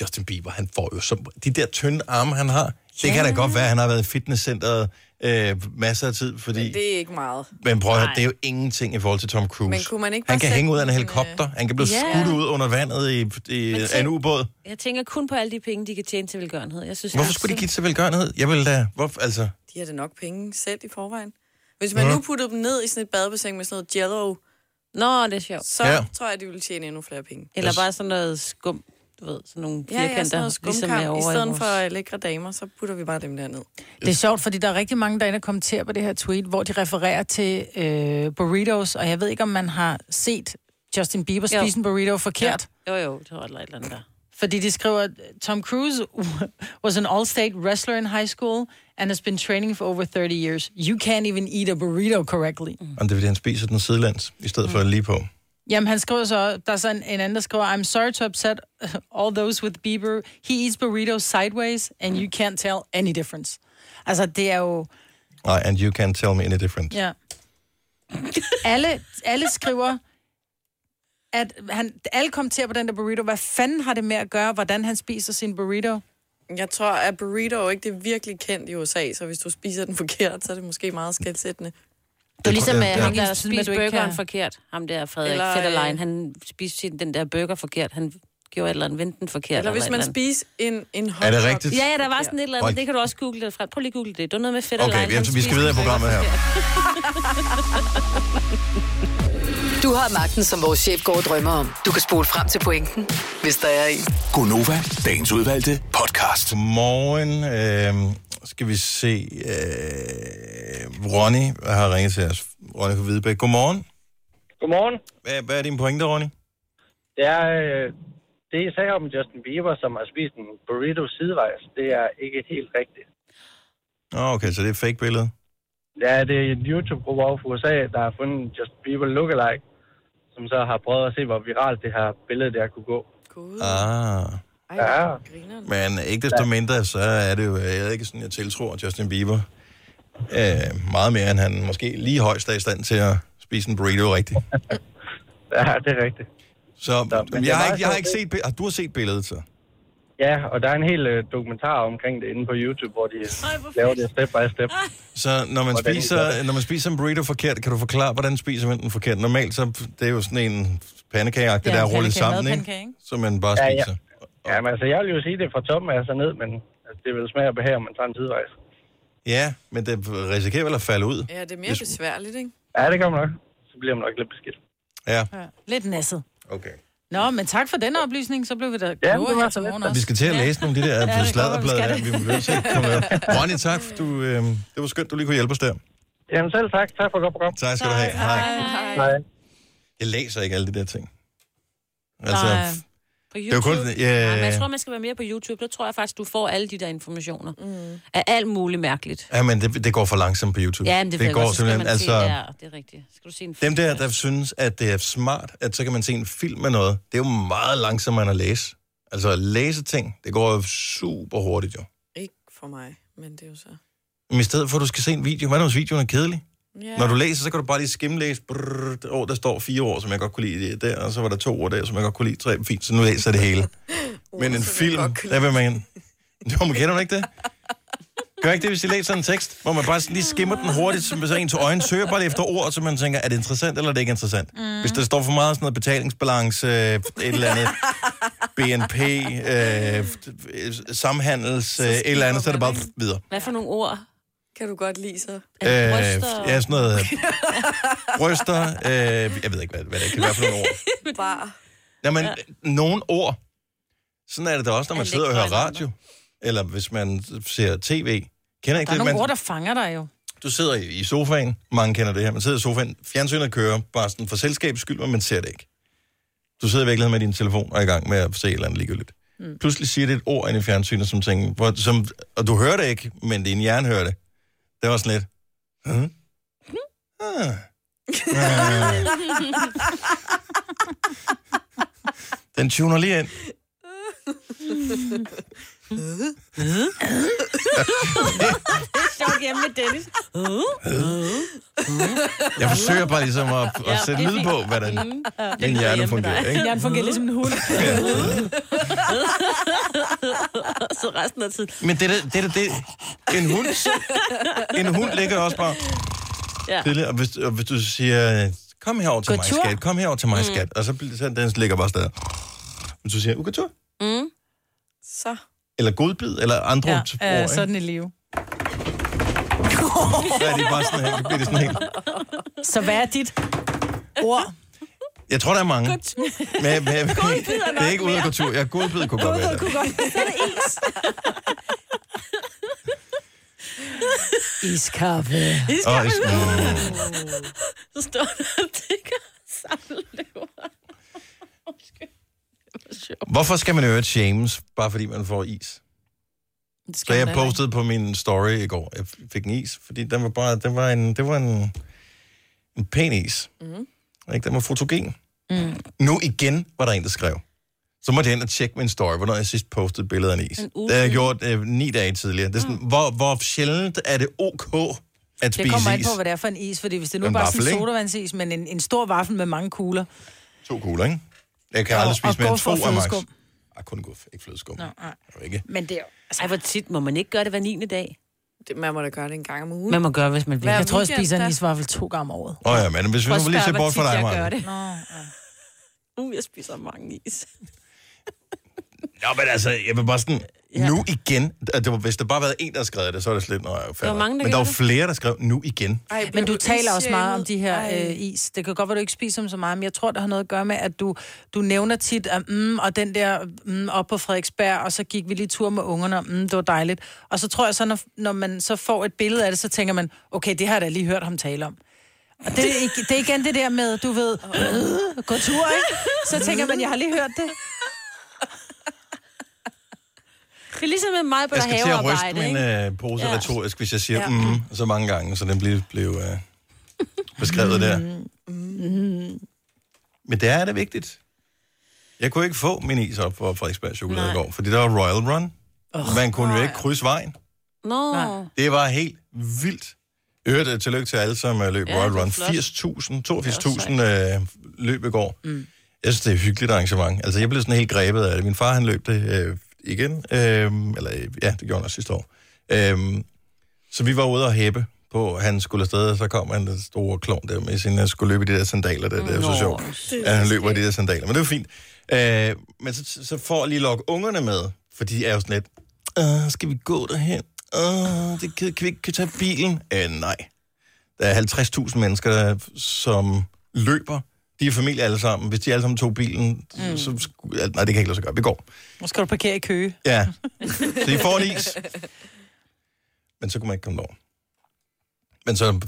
Speaker 1: Justin Bieber, han får jo så, de der tynde arme, han har. Det kan da godt være, at han har været i fitnesscenteret øh, masser af tid, fordi...
Speaker 3: Det er ikke meget.
Speaker 1: Men prøv at høre, det er jo ingenting i forhold til Tom Cruise.
Speaker 3: Men kunne man ikke
Speaker 1: han
Speaker 3: bare
Speaker 1: kan
Speaker 3: sætte
Speaker 1: hænge ud af en
Speaker 3: den, øh,
Speaker 1: helikopter, han kan blive
Speaker 5: Ja.
Speaker 1: skudt ud under vandet i, i
Speaker 5: Men tænk-
Speaker 1: en ubåd.
Speaker 5: Jeg tænker kun på alle de penge, de kan tjene til velgørenhed. Jeg synes,
Speaker 1: Hvorfor
Speaker 5: jeg-
Speaker 1: skulle de give det til velgørenhed? Jeg vil da... Hvorfor, altså,
Speaker 3: De har da nok penge selv i forvejen. Hvis
Speaker 1: Mm.
Speaker 3: man nu puttede dem ned i sådan et badebassin med sådan noget jello,
Speaker 5: Nå, det er sjovt.
Speaker 3: så
Speaker 1: Ja.
Speaker 3: ja. tror jeg, de ville tjene endnu flere penge.
Speaker 5: Eller
Speaker 1: Jeg-
Speaker 5: bare sådan noget skum, du ved, sådan nogle
Speaker 3: Ja,
Speaker 5: firkanter,
Speaker 3: ja, sådan noget
Speaker 5: ligesom
Speaker 3: skumkamp.
Speaker 5: er
Speaker 3: Ligesom
Speaker 5: over
Speaker 3: I
Speaker 5: i
Speaker 3: stedet
Speaker 5: vores-
Speaker 3: for lækre damer, så putter vi bare dem der ned.
Speaker 4: Det er sjovt, fordi der er rigtig mange, der er inde og kommenterer på det her tweet, hvor de refererer til øh, burritos, og jeg ved ikke, om man har set Justin Bieber
Speaker 5: Jo.
Speaker 4: spise en burrito forkert. Ja.
Speaker 5: Jo, jo, det var et eller andet der.
Speaker 4: Fordi de skriver, Tom Cruise was an all-state wrestler in high school and has been training for over 30 years. You can't even eat a burrito correctly.
Speaker 5: Mm.
Speaker 1: om det er, fordi han spiser den sidelands, i stedet
Speaker 3: Mm.
Speaker 1: for lige på.
Speaker 4: Jamen, han skriver så, der er så en, en anden, der skriver, I'm sorry to upset all those with Bieber. He eats burritos sideways, and you can't tell any difference. Altså, det er jo...
Speaker 1: Nej, and you can't tell me any different.
Speaker 4: Ja. Alle, alle skriver, at han, alle kommenterer på den der burrito. Hvad fanden har det med at gøre, hvordan han spiser sin burrito?
Speaker 3: Jeg tror, at burrito er ikke det er virkelig kendt i USA, så hvis du spiser den forkert, så er det måske meget skældsættende.
Speaker 5: Det er ligesom, at
Speaker 1: ja.
Speaker 5: ham
Speaker 4: Ikke
Speaker 5: der
Speaker 4: siden, at du
Speaker 5: spiste
Speaker 4: ikke
Speaker 5: burgeren
Speaker 4: kan-
Speaker 5: forkert. Ham der Frederik
Speaker 3: Eller,
Speaker 5: eller,
Speaker 3: øh,
Speaker 5: Fetterlein, han spiste sin- den der burger forkert. Han gjorde et eller andet, vendte den forkert.
Speaker 3: Eller hvis man
Speaker 5: spiste...
Speaker 3: spiser en, en hotdog.
Speaker 1: rigtigt?
Speaker 5: Ja, ja, der var sådan et eller
Speaker 1: Hold-
Speaker 5: andet. Det kan du også google det fra. Prøv lige at google det. Det var noget med Fetterlein.
Speaker 1: Okay,
Speaker 5: han
Speaker 1: vi, vi
Speaker 5: spiste
Speaker 1: skal videre i
Speaker 5: en burger
Speaker 1: programmet her.
Speaker 7: Du har magten, som vores chef går og drømmer om. Du kan spole frem til pointen, hvis der er en.
Speaker 8: Gonova, dagens udvalgte podcast.
Speaker 1: Godmorgen. Øh, skal vi se... Øh, Ronny har ringet til os. Ronny fra Hvidebæk. Godmorgen.
Speaker 9: Godmorgen.
Speaker 1: Hvad, hvad er din pointe, Ronny?
Speaker 9: Det er, øh, det I sagde om Justin Bieber, som har spist en burrito sidevejs, det er ikke helt rigtigt.
Speaker 1: Nå, okay, så det er et fake billede.
Speaker 9: Ja, det er en YouTube-gruppe over for USA, der har fundet en Justin Bieber lookalike, som så har prøvet at se, hvor viralt det her billede der kunne gå.
Speaker 3: Gud,
Speaker 1: Ah.
Speaker 3: ej,
Speaker 9: Ja,
Speaker 3: ja. griner
Speaker 1: Men ikke desto mindre, så er det jo jeg er ikke sådan, jeg tiltror Justin Bieber øh, meget mere, end han måske lige højst er i stand til at spise en burrito rigtigt.
Speaker 9: Ja, det er rigtigt.
Speaker 1: Så
Speaker 9: men det altså- er
Speaker 1: jeg, har
Speaker 9: meget
Speaker 1: ikke, jeg har
Speaker 9: sjovt,
Speaker 1: ikke set billedet. Ah, du har set billedet, så?
Speaker 9: Ja, og der er en hel øh, dokumentar omkring det inde på YouTube, hvor de laver det step by step.
Speaker 1: Så når man,
Speaker 9: Hvordan gør
Speaker 1: spiser, når man spiser en burrito forkert, kan du forklare, hvordan spiser man den forkert? Normalt så det er jo sådan en pandekageagtig,
Speaker 4: Ja,
Speaker 1: ja, der er
Speaker 4: en
Speaker 1: rullet
Speaker 4: pandekage,
Speaker 1: sammen,
Speaker 4: madpandekage,
Speaker 1: ikke?
Speaker 4: ikke?
Speaker 1: Så man bare
Speaker 9: Ja, ja.
Speaker 1: spiser.
Speaker 9: Ja, men altså, jeg vil jo sige, det er fra toppen af sig ned, men altså, det vil smage og behage, om man tager en sidevejs.
Speaker 1: Ja, ja men det risikerer vel at falde ud.
Speaker 3: Ja, det er mere besværligt, ikke?
Speaker 9: Ja, det kommer nok. Så bliver man nok lidt beskidt.
Speaker 1: Ja,
Speaker 4: Ja. Lidt nasset.
Speaker 1: okay.
Speaker 4: Nå, men tak for den oplysning. Så blev vi da klogere
Speaker 9: det var
Speaker 4: her
Speaker 9: så
Speaker 4: til
Speaker 9: lidt.
Speaker 4: morgen
Speaker 1: Vi
Speaker 4: også.
Speaker 1: skal til at læse nogle af de der
Speaker 4: godt,
Speaker 1: ja,
Speaker 4: vi
Speaker 1: sladderblad,
Speaker 4: skal
Speaker 1: der.
Speaker 4: det.
Speaker 1: vi bliver nødt til at komme med. Ronny, tak. Du, øh, det var skønt, du lige kunne hjælpe os der.
Speaker 9: Jamen selv tak. Tak for at gå på
Speaker 1: Tak skal du have. Hej.
Speaker 9: Hej.
Speaker 1: Jeg læser ikke alle de der ting. Altså,
Speaker 4: Nej.
Speaker 5: På
Speaker 1: det er jo
Speaker 5: YouTube.
Speaker 1: kun... øh,
Speaker 5: Det
Speaker 1: Ja,
Speaker 5: Nej, men jeg tror, man skal være mere på YouTube. Der tror jeg faktisk, du får alle de der informationer. Mm. Af alt muligt mærkeligt.
Speaker 1: ja, men det, det går for langsomt på YouTube.
Speaker 5: Ja, men det, ved jeg
Speaker 1: går
Speaker 5: godt, så skal
Speaker 1: simpelthen...
Speaker 5: man
Speaker 1: altså,
Speaker 5: se, ja, det er rigtigt. Skal du se en film?
Speaker 1: Dem der, der synes, at det er smart, at så kan man se en film med noget, det er jo meget langsommere end at læse. Altså at læse ting, det går jo super hurtigt jo.
Speaker 3: Ikke for mig, men det er jo så...
Speaker 1: Men i stedet for, at du skal se en video, hvad er der, hvis videoen er kedelig? Yeah. Når du læser, så kan du bare lige skimlæse. Brrr, oh, der står fire ord, som jeg godt kunne lide der, og så var der to ord der, som jeg godt kunne lide. Tre, fint, så nu læser jeg det hele.
Speaker 3: oh,
Speaker 1: Men en film, der vil man... Jo, men kender du ikke det? Gør ikke det, hvis I læser en tekst, hvor man bare sådan lige skimmer den hurtigt, som så en til øjnene søger bare lige efter ord, så man tænker, er det interessant eller er det ikke interessant? Mm. Hvis der står for meget sådan noget betalingsbalance, øh, et eller andet, BNP, øh, f- samhandels, øh, et eller andet, så er det bare videre.
Speaker 5: Hvad for nogle ord?
Speaker 3: Kan du godt lide så?
Speaker 1: Øh,
Speaker 5: Bryster.
Speaker 1: ja, sådan noget. øh, Bryster. Øh, jeg ved ikke, hvad, hvad det kan være for nogle ord.
Speaker 3: Bar.
Speaker 1: Jamen, ja. nogle ord. Sådan er det da også, når man
Speaker 5: Alt
Speaker 1: sidder og
Speaker 5: ikke
Speaker 1: hører
Speaker 5: grønne
Speaker 1: radio. Eller hvis man ser tv. Kender ikke
Speaker 4: Der
Speaker 1: det?
Speaker 4: er nogle
Speaker 1: Man,
Speaker 4: ord, der fanger dig jo.
Speaker 1: du sidder i i sofaen. Mange kender det her. Man sidder i sofaen. Fjernsynet kører. Bare sådan for selskabets skyld, men man ser det ikke. Du sidder i virkeligheden med din telefon og er i gang med at se et eller andet ligegyldigt. Mm. Pludselig siger det et ord ind i fjernsynet, som tænker, hvor, som, og du hører det ikke, men din hjerne hører det. Det var sådan lidt. Huh? Ah. Ah. Den tuner lige ind.
Speaker 5: Sjovt hjemme med Dennis.
Speaker 1: Jeg forsøger bare ligesom at, at sætte lyd på, hvordan min hjerne
Speaker 5: Mm. hjemme
Speaker 1: fungerer.
Speaker 5: med dig.
Speaker 1: Ikke?
Speaker 4: Hjernen fungerer ligesom en hund.
Speaker 5: Så resten af tiden.
Speaker 1: Men det, er det, det, er det, en hund, en hund ligger også bare
Speaker 5: Ja.
Speaker 1: stille, og hvis, og hvis du siger, kom herover til
Speaker 4: Gå
Speaker 1: mig,
Speaker 4: tur. Mm.
Speaker 1: skat, kom herover til mig, skat, og så, bl- så den ligger bare stadig. Hvis du siger, ukatur,
Speaker 3: Så.
Speaker 1: eller godbid, eller andre ja, ord,
Speaker 4: Ja, øh,
Speaker 1: øh,
Speaker 4: sådan i live.
Speaker 1: så er det bare sådan her, så bliver det sådan helt.
Speaker 4: Så hvad er dit ord?
Speaker 1: Jeg tror, der er mange. Men, men, men, det er ikke ude af kultur. Ja, godbid kunne godt være det.
Speaker 4: Iskaffe.
Speaker 1: Åh, is- mm.
Speaker 5: Så står der og tigger samlet lever.
Speaker 1: Hvorfor skal man øve et shames, bare fordi man får is? Så jeg postede på min story i går, jeg fik en is, fordi den var bare, den var en, det var en, en pæn is. Mm. Ikke? Den var fotogen. Mm. Nu igen var der en, der skrev. Så måtte jeg ind og tjekke min story, hvornår jeg sidst postede billeder af en is.
Speaker 5: uge
Speaker 1: Det har jeg gjort øh, ni dage tidligere. Det er sådan, mm. hvor, hvor sjældent er det ok at
Speaker 4: Det kommer
Speaker 1: spise
Speaker 4: an
Speaker 1: is?
Speaker 4: på, hvad det er for en is, fordi hvis det nu
Speaker 1: En
Speaker 4: bare er
Speaker 1: vaffel,
Speaker 4: sådan en
Speaker 1: ikke?
Speaker 4: sodavandsis, men en, en stor vaffel med mange kugler.
Speaker 1: To kugler, ikke? Jeg kan
Speaker 4: Og-
Speaker 1: aldrig
Speaker 4: og
Speaker 1: spise mere end
Speaker 4: guf
Speaker 1: to
Speaker 4: og
Speaker 1: af max.
Speaker 4: flødeskum.
Speaker 1: Ej, kun guf, ikke flødeskum. Nå,
Speaker 4: nej.
Speaker 1: Ikke.
Speaker 4: Men det er
Speaker 5: Ej, Altså, hvor tit må man ikke gøre det hver 9. dag?
Speaker 3: Det, man må da gøre det en gang om ugen.
Speaker 4: Man må gøre, hvis man vil.
Speaker 3: Hver
Speaker 4: Jeg tror, jeg
Speaker 3: weekend,
Speaker 4: spiser
Speaker 3: der-
Speaker 4: en isvaffel to gange om året.
Speaker 1: Åh ja, men hvis vi
Speaker 5: Prøv
Speaker 1: nu
Speaker 5: at
Speaker 1: lige se
Speaker 5: spørge, hvor
Speaker 1: bort fra
Speaker 5: tit
Speaker 1: dig,
Speaker 5: jeg gør
Speaker 1: Maja.
Speaker 5: det.
Speaker 4: Nå,
Speaker 5: Uh, jeg spiser mange is.
Speaker 1: Nå, men altså, jeg vil bare sådan, ja. nu igen. At det var, hvis der bare havde en, der skrev det, så er det slet, nej, der
Speaker 5: mange, der
Speaker 1: Men der var
Speaker 5: gjorde det.
Speaker 1: flere, der skrev, nu igen.
Speaker 3: Ej, bliver
Speaker 4: Men du taler også
Speaker 3: isjælet.
Speaker 4: meget om de her
Speaker 3: Ej.
Speaker 4: øh, is. Det kan godt være, du ikke spiser dem så meget, men jeg tror, det har noget at gøre med, at du, du nævner tit, at mm, og den der mm, op på Frederiksberg, og så gik vi lige tur med ungerne, og mm, det var dejligt. Og så tror jeg så, når, når man så får et billede af det, så tænker man, okay, det har jeg da lige hørt ham tale om. Og det, er ig- det er igen det der med, du ved, øh, gå tur, ikke? Så tænker man, jeg har lige hørt det.
Speaker 5: Det er ligesom med mig på
Speaker 1: Jeg skal til at ryste
Speaker 5: havearbejde,
Speaker 1: min
Speaker 5: ikke?
Speaker 1: øh, pose ja.
Speaker 5: Ja.
Speaker 1: retorisk, hvis jeg siger ja. mm, så mange gange, så den blev, blev øh, beskrevet der.
Speaker 5: Mm-hmm.
Speaker 1: Men der er det vigtigt. Jeg kunne ikke få min is op for Frederiksberg Chokolade i går, fordi der var Royal Run. Oh, Man kunne jo ikke krydse vejen.
Speaker 5: Nå,
Speaker 1: Det var helt vildt. I Øvrigt, øh, tillykke til alle, som øh, løb
Speaker 5: Ja,
Speaker 1: ja, Royal
Speaker 5: det er
Speaker 1: Run.
Speaker 5: flot.
Speaker 1: 80.000, 82.000 øh, løb i går. Mm. Jeg synes, det er et hyggeligt arrangement. Altså, jeg blev sådan helt grebet af det. Min far, han løb det øh, igen. Øh, eller, øh, ja, det gjorde han også sidste år. Øh, så vi var ude og hæppe på, han skulle afsted, og så kom han den store klovn der med sin, han skulle løbe i de der sandaler der, det er jo så
Speaker 5: Nå,
Speaker 1: sjovt, at han løber i de der sandaler, men det var fint. Øh, men så, så for at lige lokke ungerne med, for de er jo sådan lidt, Åh, skal vi gå derhen? Åh, det kan, kan vi ikke tage bilen? Øh, nej. Der er 50.000 mennesker, der, som løber. De er familie alle sammen. Hvis de alle sammen tog bilen, mm. så... sku- ja, Nej, det kan ikke lade sig gøre. Vi går.
Speaker 4: Nu skal du parkere i køge.
Speaker 1: Ja. Så de får en is. Men så kunne man ikke komme over. Men så...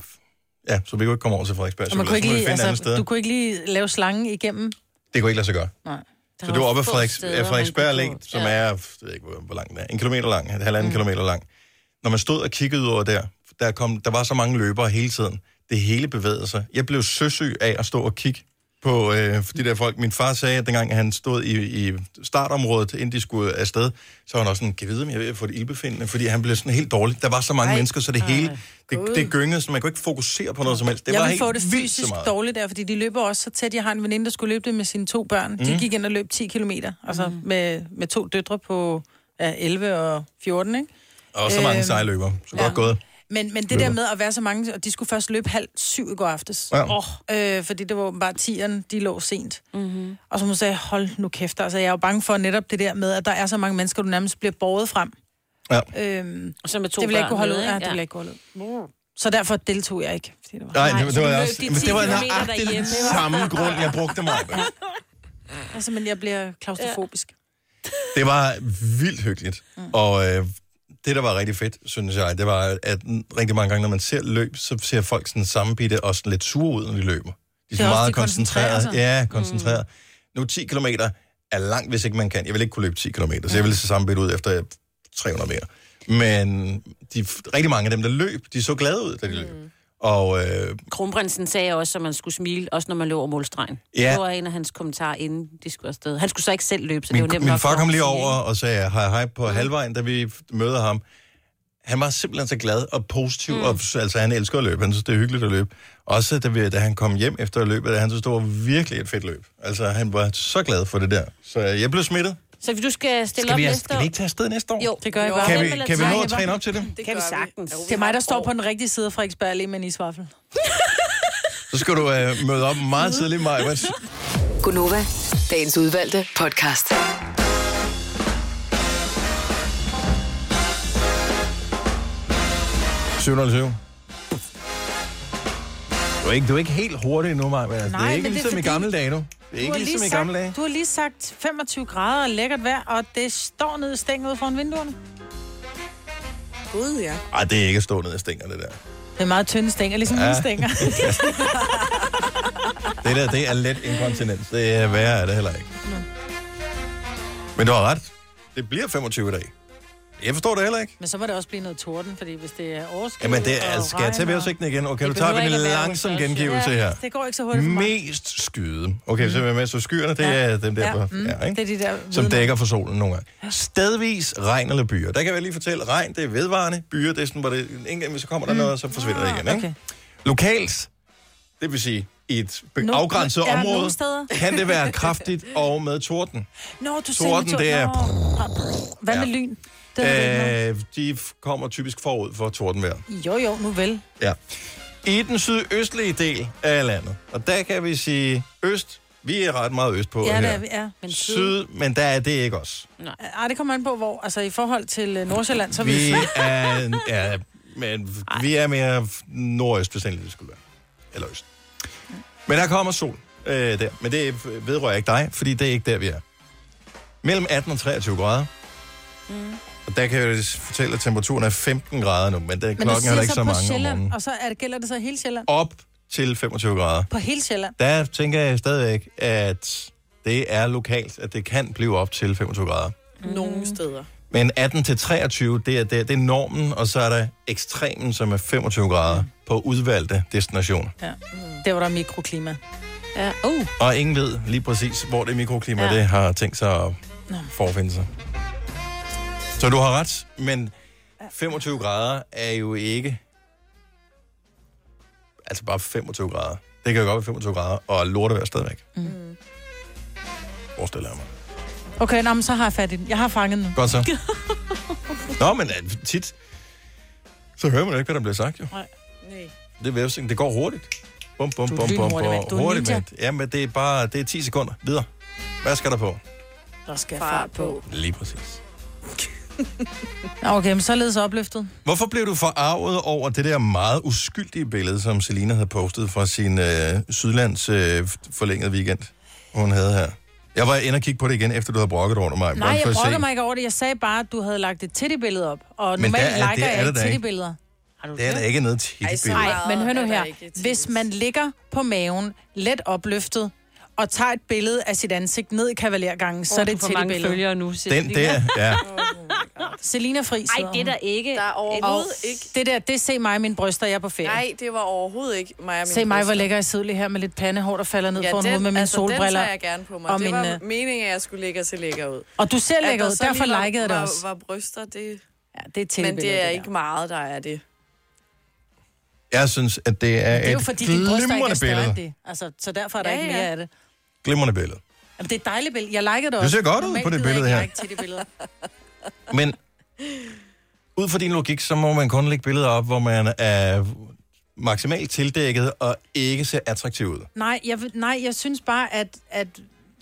Speaker 1: Ja, så vi kunne ikke komme over til Frederiksberg.
Speaker 4: Og man
Speaker 1: Chokolade.
Speaker 4: kunne ikke
Speaker 1: så må vi finde
Speaker 4: lige,
Speaker 1: et andet
Speaker 4: altså,
Speaker 1: sted.
Speaker 4: du kunne ikke lige lave slangen igennem.
Speaker 1: Det kunne ikke lade sig gøre.
Speaker 4: Nej.
Speaker 1: Så det var oppe af
Speaker 5: få
Speaker 1: Frederiks,
Speaker 5: steder,
Speaker 1: steder,
Speaker 5: man
Speaker 1: Frederiksberg
Speaker 5: kunne
Speaker 1: Allé,
Speaker 5: gå.
Speaker 1: som
Speaker 5: Ja.
Speaker 1: er, jeg ved ikke, hvor, hvor lang den er, en kilometer lang, en halvanden mm. kilometer lang. Når man stod og kiggede ud over der, der, kom, der var så mange løbere hele tiden. Det hele bevægede sig. Jeg blev søsyg af at stå og kigge på øh, de der folk. Min far sagde, at dengang han stod i, i startområdet, inden de skulle afsted, så var han også sådan, kan jeg vide, om jeg er ved at få det ildbefindende, fordi han blev sådan helt dårlig. Der var så mange Ej. mennesker, så det hele, det, det gyngede, så man kunne ikke fokusere på noget som helst. Det
Speaker 4: jeg
Speaker 1: var
Speaker 4: ville
Speaker 1: helt
Speaker 4: få det
Speaker 1: vildt så
Speaker 4: fysisk
Speaker 1: meget.
Speaker 4: dårligt der, fordi de løber også så tæt. Jeg har en veninde, der skulle løbe det med sine to børn. Mm.
Speaker 1: Mhm.
Speaker 4: De gik ind og løb 10 km, altså mm. med, med to døtre på ja, 11 og 14, ikke?
Speaker 1: Og så mange
Speaker 4: Øhm,
Speaker 1: sejløber. Så godt gået.
Speaker 4: Men, men det der med at være så mange, og de skulle først løbe halv syv i går aftes.
Speaker 1: Ja.
Speaker 4: Øh, fordi det var åbenbart tieren, de lå sent. Mm-hmm. Og så må jeg sige, hold nu kæft, altså jeg er jo bange for netop det der med, at der er så mange mennesker, du nærmest bliver båret frem.
Speaker 1: Ja.
Speaker 4: Øhm,
Speaker 5: Og så med to
Speaker 4: det vil jeg ikke
Speaker 5: børn
Speaker 4: kunne holde ud.
Speaker 5: med,
Speaker 4: Ja, det vil jeg ikke kunne holde ud. Så derfor deltog jeg ikke. Fordi det var.
Speaker 1: Nej, det,
Speaker 5: så
Speaker 1: det var
Speaker 5: du
Speaker 1: jeg
Speaker 5: løb
Speaker 1: også.
Speaker 5: de
Speaker 1: Men
Speaker 5: 10
Speaker 1: det var
Speaker 5: kilometer
Speaker 1: nøjagtigt den
Speaker 5: derhjemme.
Speaker 1: samme grund, jeg brugte mig. med.
Speaker 4: Altså, men jeg bliver klaustrofobisk.
Speaker 1: Det var vildt hyggeligt. Og øh, det, der var rigtig fedt, synes jeg, det var, at rigtig mange gange, når man ser løb, så ser folk sådan sammenbitte og sådan lidt sure ud, når de løber. De er,
Speaker 4: er
Speaker 1: sådan
Speaker 4: også,
Speaker 1: meget
Speaker 4: de koncentrerer
Speaker 1: koncentreret. Ja, koncentreret. Mm. Nu 10 km er langt, hvis ikke man kan. Jeg vil ikke kunne løbe 10 km, så jeg ville se sammenbitte ud efter 300 meter. Men de, rigtig mange af dem, der løb, de så glade ud, da de løb. Og øh,
Speaker 5: Kronprinsen sagde også, at man skulle smile, også når man løb over målstregen.
Speaker 1: Ja.
Speaker 5: Det var en af hans kommentarer, inden de skulle afsted. Han skulle så ikke selv løbe, så det var
Speaker 1: min,
Speaker 5: nemt
Speaker 1: min
Speaker 5: nok for
Speaker 1: far
Speaker 5: ham
Speaker 1: kom
Speaker 5: at
Speaker 1: lige
Speaker 5: sige,
Speaker 1: over og sagde hej hej på halvvejen, da vi møder ham. Han var simpelthen så glad og positiv, mm. og, altså han elsker at løbe, han synes, det er hyggeligt at løbe. Også da, vi, da han kom hjem efter løbet, da han synes, det var virkelig et fedt løb. Altså han var så glad for det der. Så jeg blev smittet.
Speaker 5: ikke? Så hvis du skal stille
Speaker 1: Skal
Speaker 5: op
Speaker 1: vi,
Speaker 5: næste
Speaker 1: skal vi ikke tage afsted næste år?
Speaker 5: Jo, det gør jeg
Speaker 3: bare.
Speaker 1: Kan
Speaker 5: Fem
Speaker 1: vi,
Speaker 5: eller
Speaker 1: kan vi
Speaker 5: tre,
Speaker 1: nå at
Speaker 5: Ebba?
Speaker 1: træne op til det?
Speaker 5: Det kan vi
Speaker 3: gør
Speaker 5: sagtens.
Speaker 3: Jo, vi
Speaker 4: Det er
Speaker 3: har
Speaker 4: mig, der står
Speaker 3: år.
Speaker 4: på den rigtige side fra Frederiksberg lige med en isvaffel.
Speaker 1: Så skal du øh, møde op meget tidligt i maj. Hvad-
Speaker 7: Gunova, dagens udvalgte podcast.
Speaker 1: Du er ikke, du er ikke helt hurtig endnu, Maja. Altså, det er
Speaker 4: Nej,
Speaker 1: ikke
Speaker 4: men det er
Speaker 1: ligesom i
Speaker 4: fordi-
Speaker 1: gamle dage, nu. Det er
Speaker 4: Du
Speaker 1: ikke
Speaker 4: har,
Speaker 1: ligesom i
Speaker 4: lige
Speaker 1: gamle dage.
Speaker 4: sagt, du har lige sagt 25 grader og lækkert vejr, og det står nede i stængen ude foran vinduerne.
Speaker 3: Gud, ja.
Speaker 1: Ej, det er ikke at stå ned og stænger, det der.
Speaker 4: Det er meget tynde stænger, ligesom ja. mine stænger.
Speaker 1: Det der, det er let inkontinens. Det er værre er det heller ikke. Men du har ret. Det bliver 25 i dag. Jeg forstår det heller ikke.
Speaker 4: Men så må det også blive noget torden, fordi hvis det er overskyet
Speaker 1: Jamen, det er, altså,
Speaker 4: og
Speaker 1: skal jeg tage
Speaker 4: regn og-
Speaker 1: vejrudsigten igen? Okay, du
Speaker 5: behøver
Speaker 1: tager en
Speaker 5: ikke at være
Speaker 1: langsom
Speaker 5: udenfor.
Speaker 1: gengivelse her.
Speaker 4: Det går ikke så hurtigt for mig.
Speaker 1: Mest skyde. Okay, så er vi med. Så skyerne, det er dem der, på, ja,
Speaker 4: Mm. Det
Speaker 1: ikke?
Speaker 4: er de der
Speaker 1: som
Speaker 4: vidner.
Speaker 1: dækker for solen nogle gange. Stedvis regn eller byer. Der kan jeg lige fortælle, regn det er vedvarende, byer det er sådan, hvor det, en gang, imellem, så kommer der noget, og så forsvinder det igen. Ikke?
Speaker 4: Mm. Ah, okay.
Speaker 1: Lokalt, det vil sige i et be-
Speaker 4: Nogle-
Speaker 1: afgrænset
Speaker 4: ja,
Speaker 1: område,
Speaker 4: nogle steder.
Speaker 1: kan det være kraftigt og med torden.
Speaker 4: Nå, du
Speaker 1: Torden,
Speaker 4: ser
Speaker 1: det er-
Speaker 4: Hvad med
Speaker 1: Ja.
Speaker 4: lyn? Det er der ikke
Speaker 1: Øh, de f- kommer typisk forud for tordenvejr.
Speaker 4: noget. Jo, jo, nu vel.
Speaker 1: Ja. I den sydøstlige del af landet, og der kan vi sige øst, vi er ret meget øst på
Speaker 4: Ja,
Speaker 1: her.
Speaker 4: det er, ja.
Speaker 5: Men syd,
Speaker 1: Syd, men der er det ikke os.
Speaker 4: Ej, det kommer an på, hvor. Altså, i forhold til øh, Nordsjælland, så er vi...
Speaker 1: Vi er, ja, men vi er mere nordøst, hvis endelig det skulle være. Eller øst. Men der kommer sol øh, der. Men det vedrører ikke dig, fordi det er ikke der, vi er. Mellem 18 og 23 grader. Mm. Og der kan jeg jo fortælle, at temperaturen er 15 grader nu, men der,
Speaker 4: Men du
Speaker 1: klokken er
Speaker 4: siger
Speaker 1: der ikke så
Speaker 4: på
Speaker 1: mange om
Speaker 4: Sjælland,
Speaker 1: morgenen.
Speaker 4: og så er det, gælder det så hele Sjælland?
Speaker 1: Op til 25 grader.
Speaker 4: På hele Sjælland?
Speaker 1: Der tænker jeg stadigvæk, at det er lokalt, at det kan blive op til 25 grader.
Speaker 4: Mm.
Speaker 3: Nogle steder.
Speaker 1: Men 18 til 23, det er, det, er, det er normen, og så er der ekstremen, som er 25 grader på udvalgte destinationer.
Speaker 4: Ja. Der var der mikroklima.
Speaker 5: ja. Uh,
Speaker 1: Og ingen ved lige præcis, hvor det mikroklima ja.
Speaker 5: Ja.
Speaker 1: det har tænkt sig at forfinde sig. Så du har ret, men 25 grader er jo ikke... Altså bare 25 grader. Det kan jo godt være 25 grader, og lortet være stadigvæk. Mm. Forestiller jeg mig.
Speaker 4: Okay, nå, men så har jeg fat i den. Jeg har fanget den.
Speaker 1: Godt så. Nå, men øh, tit, så hører man jo ikke, hvad der bliver sagt, jo.
Speaker 3: Nej.
Speaker 1: Det er vævsing. Det går hurtigt. Bum, bum,
Speaker 4: Du er
Speaker 1: bum, bum,
Speaker 4: lynhurtig,
Speaker 1: bum.
Speaker 4: mand. Du er en
Speaker 1: Hurtigt,
Speaker 4: ninja.
Speaker 1: mand. Jamen, det er bare det er 10 sekunder. Videre. Hvad skal der på?
Speaker 4: Der skal
Speaker 3: Fart på.
Speaker 1: Lige præcis.
Speaker 4: Okay, men således opløftet.
Speaker 1: Hvorfor blev du forarvet over det der meget uskyldige billede, som Selina havde postet fra sin øh, Sydlands øh, forlængede weekend, hun havde her? Jeg var inde og kigge på det igen, efter du havde brokket over mig.
Speaker 4: Nej, jeg brokker mig ikke over det. Jeg sagde bare, at du havde lagt et titty-billede op. Og
Speaker 1: Men
Speaker 4: normalt
Speaker 1: der er-
Speaker 4: liker
Speaker 1: det er
Speaker 4: jeg
Speaker 1: der
Speaker 4: ikke
Speaker 1: da ikke.
Speaker 4: titty-billeder.
Speaker 5: har du
Speaker 1: Det er da ikke noget tit
Speaker 3: Ej, så
Speaker 1: billede.
Speaker 3: meget.
Speaker 4: Nej, men hør nu
Speaker 3: er der
Speaker 4: her.
Speaker 3: ikke til
Speaker 4: Hvis
Speaker 3: sidst.
Speaker 4: man ligger på maven, let opløftet, og tager et billede af sit ansigt ned i kavalergangen, så er det et
Speaker 5: for mange
Speaker 4: tættebillede.
Speaker 5: følgere nu. siger
Speaker 1: Den
Speaker 5: de.
Speaker 1: der, ja.
Speaker 4: Selina Fri
Speaker 5: Ej, det er der ikke.
Speaker 3: Der er
Speaker 4: Og
Speaker 3: overhovedet ikke...
Speaker 4: det der, det ser mig mine bryster, jeg er på ferie.
Speaker 3: Nej, det var overhovedet ikke mig og min
Speaker 4: Se mig, hvor
Speaker 3: bryster.
Speaker 4: lækker jeg sidder her med lidt pandehår, der falder ned ja,
Speaker 3: Ja,
Speaker 4: foran hovedet med
Speaker 3: den,
Speaker 4: mine
Speaker 3: altså, den
Speaker 4: solbriller.
Speaker 3: tager jeg gerne på mig.
Speaker 4: og
Speaker 3: det
Speaker 4: min,
Speaker 3: var
Speaker 4: øh,
Speaker 3: meningen, at jeg skulle lægge og se lækker ud.
Speaker 4: Og du ser
Speaker 3: At
Speaker 4: lækker
Speaker 3: der
Speaker 4: ud,
Speaker 3: så
Speaker 4: derfor
Speaker 3: lige var-
Speaker 4: likede jeg det
Speaker 3: var-
Speaker 4: også.
Speaker 3: Var bryster, det...
Speaker 4: Ja, det er et
Speaker 3: Men
Speaker 4: tv-billede,
Speaker 3: det er
Speaker 4: der.
Speaker 3: ikke meget, der er det.
Speaker 1: Jeg synes, at det er,
Speaker 4: Det er jo
Speaker 1: et
Speaker 4: fordi, din bryster ikke er
Speaker 1: glimrende
Speaker 4: større end
Speaker 1: billede.
Speaker 4: det. Altså, så derfor er der
Speaker 3: Ja,
Speaker 4: ikke
Speaker 3: ja.
Speaker 4: mere af det.
Speaker 1: Glimrende billede.
Speaker 4: Jamen, det er et dejligt billede. Jeg likede det
Speaker 1: Det
Speaker 4: også.
Speaker 1: ser godt ud på det
Speaker 4: gider
Speaker 1: billede her.
Speaker 4: Jeg ikke like til de billeder.
Speaker 1: Men ud fra din logik, så må man kun lægge billeder op, hvor man er maksimalt tildækket og ikke ser attraktiv ud.
Speaker 4: Nej, jeg, vil- nej, jeg synes bare, at, at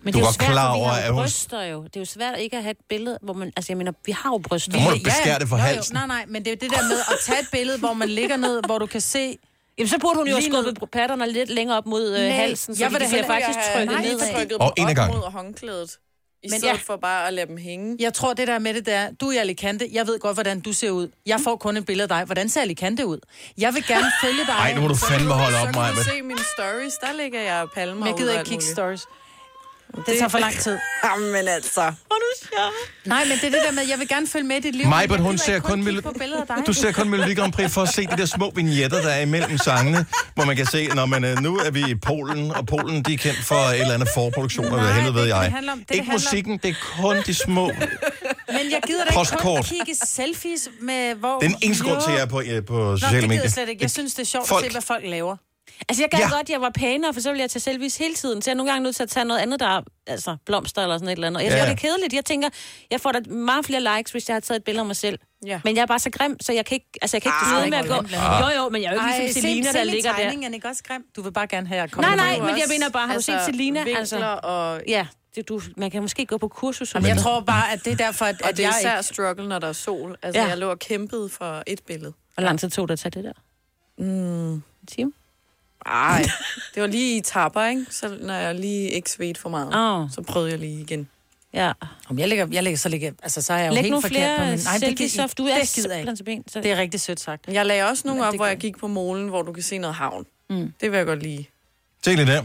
Speaker 5: Men
Speaker 1: Du
Speaker 5: det er
Speaker 1: var
Speaker 5: jo svært,
Speaker 1: klar
Speaker 5: for vi
Speaker 1: over,
Speaker 5: har
Speaker 1: at
Speaker 5: jo
Speaker 1: hun-
Speaker 5: bryster jo. Det er jo svært ikke at have et billede, hvor man... Altså, jeg mener, vi har jo bryster.
Speaker 1: Så må du beskære det for
Speaker 4: Jo, jo.
Speaker 1: halsen.
Speaker 4: Nej, nej, men det er jo det der med at tage et billede, hvor man ligger ned, hvor du kan se...
Speaker 5: Jamen, så burde hun jo have
Speaker 4: Lige ned.
Speaker 5: skubbet patterne lidt længere op mod øh,
Speaker 4: Nej,
Speaker 5: halsen, så
Speaker 4: jeg
Speaker 5: jeg
Speaker 4: vil
Speaker 5: de
Speaker 4: da
Speaker 5: bliver
Speaker 4: hellere
Speaker 5: faktisk
Speaker 4: have-
Speaker 5: trykket
Speaker 4: Nej,
Speaker 5: ned.
Speaker 4: nedad.
Speaker 3: trykket
Speaker 1: Og
Speaker 3: og
Speaker 1: en ad
Speaker 3: op
Speaker 1: gangen.
Speaker 3: mod håndklædet. I
Speaker 4: Men
Speaker 3: stedet
Speaker 4: ja.
Speaker 3: for bare at lade dem hænge.
Speaker 4: Jeg tror, det der med det, det er, du er i Alicante, jeg ved godt, hvordan du ser ud. Jeg får kun et billede af dig. Hvordan ser Alicante ud? Jeg vil gerne følge dig.
Speaker 1: Ej, nu må du fandme holde op,
Speaker 3: Så
Speaker 1: Maja.
Speaker 3: kan du se mine stories, der ligger jeg palmer
Speaker 4: Men jeg gider ikke kigge stories. Det tager for lang tid.
Speaker 3: Jamen altså.
Speaker 4: Nej, men det er det der med, jeg vil gerne følge med i dit liv.
Speaker 1: Majbert,
Speaker 4: Jeg
Speaker 1: hun
Speaker 4: gider
Speaker 1: ser
Speaker 4: ikke
Speaker 1: kun
Speaker 4: kigge
Speaker 1: mel-
Speaker 4: på billeder af dig.
Speaker 1: Du ser kun Melodi Grand Prix for at se de der små vignetter, der er imellem sangene, hvor man kan se, når man øh, nu er vi i Polen, og Polen de er kendt for et eller andet forproduktion, og hvad
Speaker 4: Nej,
Speaker 1: helvede ved
Speaker 4: det er ikke, det
Speaker 1: jeg.
Speaker 4: handler om. Det, det
Speaker 1: Ikke
Speaker 4: handler om.
Speaker 1: musikken, det er kun de små. Det
Speaker 4: Men jeg gider da ikke kun
Speaker 1: Postkort.
Speaker 4: kigge selfies med, hvor...
Speaker 1: er den eneste grund til, at jeg er
Speaker 4: Jo.
Speaker 1: på, øh, på
Speaker 4: Nå, det
Speaker 1: sociale
Speaker 4: gider
Speaker 1: medier.
Speaker 4: jeg slet ikke. Jeg synes, det er sjovt folk.
Speaker 1: Folk.
Speaker 4: at se, hvad folk laver.
Speaker 5: Altså, jeg gad
Speaker 1: Ja.
Speaker 5: ja. godt, jeg var pænere, for så ville jeg tage selfies hele tiden. Så jeg er nogle gange nødt til at tage noget andet, der er altså, blomster eller sådan et eller andet. Og jeg
Speaker 1: Ja.
Speaker 5: ja. det er kedeligt. Jeg tænker, jeg får da meget flere likes, hvis jeg har taget et billede af mig selv.
Speaker 3: Ja.
Speaker 5: Men jeg er bare så grim, så jeg kan ikke, altså, jeg kan ikke
Speaker 4: Ah,
Speaker 5: blive
Speaker 4: ikke
Speaker 5: med at gå.
Speaker 4: hvordan blander
Speaker 5: Jo, jo, men jeg er jo ikke ligesom Selina, der ligger der.
Speaker 4: der. er ikke også grim? Du vil bare gerne have, at jeg kommer
Speaker 5: Nej,
Speaker 4: med.
Speaker 5: nej, men jeg mener bare, har du
Speaker 3: Altså,
Speaker 5: set Selina?
Speaker 3: Vinkler
Speaker 5: Altså,
Speaker 3: og...
Speaker 5: ja, det, du, man kan måske gå på kursus.
Speaker 4: Jamen, jeg
Speaker 5: tror,
Speaker 4: tror bare, at det er derfor, at,
Speaker 3: Og
Speaker 4: at
Speaker 3: det er
Speaker 4: jeg
Speaker 3: især
Speaker 4: ikke...
Speaker 3: struggle, når der er sol. Altså,
Speaker 5: Ja.
Speaker 3: jeg lå og kæmpede for et billede.
Speaker 5: Hvor lang tid tog det at tage det der? Mm. Tim?
Speaker 3: Ej, det var lige i tapper, ikke? Så når jeg lige ikke svedte for meget,
Speaker 5: Åh.
Speaker 3: så prøvede jeg lige igen.
Speaker 5: Ja.
Speaker 4: Om jeg ligger, jeg ligger, så ligger, altså, så er jeg jo
Speaker 5: Læg
Speaker 4: helt
Speaker 5: nogle
Speaker 4: forkert på
Speaker 5: flere
Speaker 4: min... Nej, det
Speaker 5: selfies,
Speaker 4: gider,
Speaker 5: så du er
Speaker 4: det gider jeg
Speaker 5: simpelthen
Speaker 4: ikke.
Speaker 5: til ben. Så
Speaker 4: Det er rigtig sødt sagt.
Speaker 3: Jeg lagde også nogle
Speaker 4: Ja,
Speaker 3: op,
Speaker 4: det
Speaker 3: hvor
Speaker 4: gør
Speaker 3: jeg gik på molen, hvor du kan se noget havn. Mm. Det vil jeg godt lide.
Speaker 1: Tænk lige der.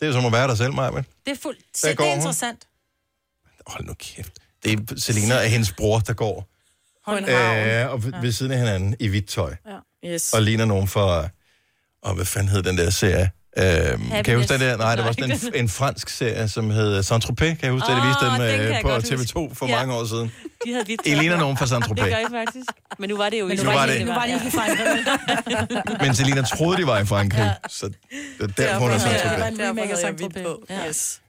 Speaker 1: Det er som at være dig selv, Maja.
Speaker 4: Det er fuldt... Se, det
Speaker 1: går
Speaker 4: er
Speaker 1: hun.
Speaker 4: interessant.
Speaker 1: Hold nu kæft. Det er Selina og hendes bror, der går
Speaker 3: Hånd
Speaker 1: øh, og ved- ved siden af hinanden i hvidt tøj.
Speaker 3: Yes.
Speaker 1: og ligner nogen fra... Og hvad fanden hed den der serie? Øhm, kan jeg huske den der? Nej, der var sådan en, en fransk serie, som hed Saint-Tropez. Kan jeg huske, oh, det
Speaker 5: Åh,
Speaker 1: viste dem
Speaker 5: den kan
Speaker 1: øh,
Speaker 5: jeg
Speaker 1: på
Speaker 5: godt
Speaker 1: TV2 for
Speaker 5: huske. Ja.
Speaker 1: mange år siden.
Speaker 5: de havde vidt
Speaker 1: I ligner nogen fra
Speaker 5: Det gør
Speaker 1: Saint-Tropez.
Speaker 5: I faktisk. Men nu var det jo
Speaker 1: nu
Speaker 5: ikke.
Speaker 1: var det-
Speaker 4: Nu var det ikke fejl.
Speaker 1: Men Selina troede, de var i Frankrig. Ja. Så det er derfor, hun er
Speaker 3: havde jeg-
Speaker 1: Saint-Tropez.
Speaker 4: en remake
Speaker 3: derfor
Speaker 4: af
Speaker 3: havde jeg
Speaker 4: Sankt
Speaker 3: hvidt
Speaker 4: Tropez.
Speaker 3: på.
Speaker 4: Ja.
Speaker 3: Yes.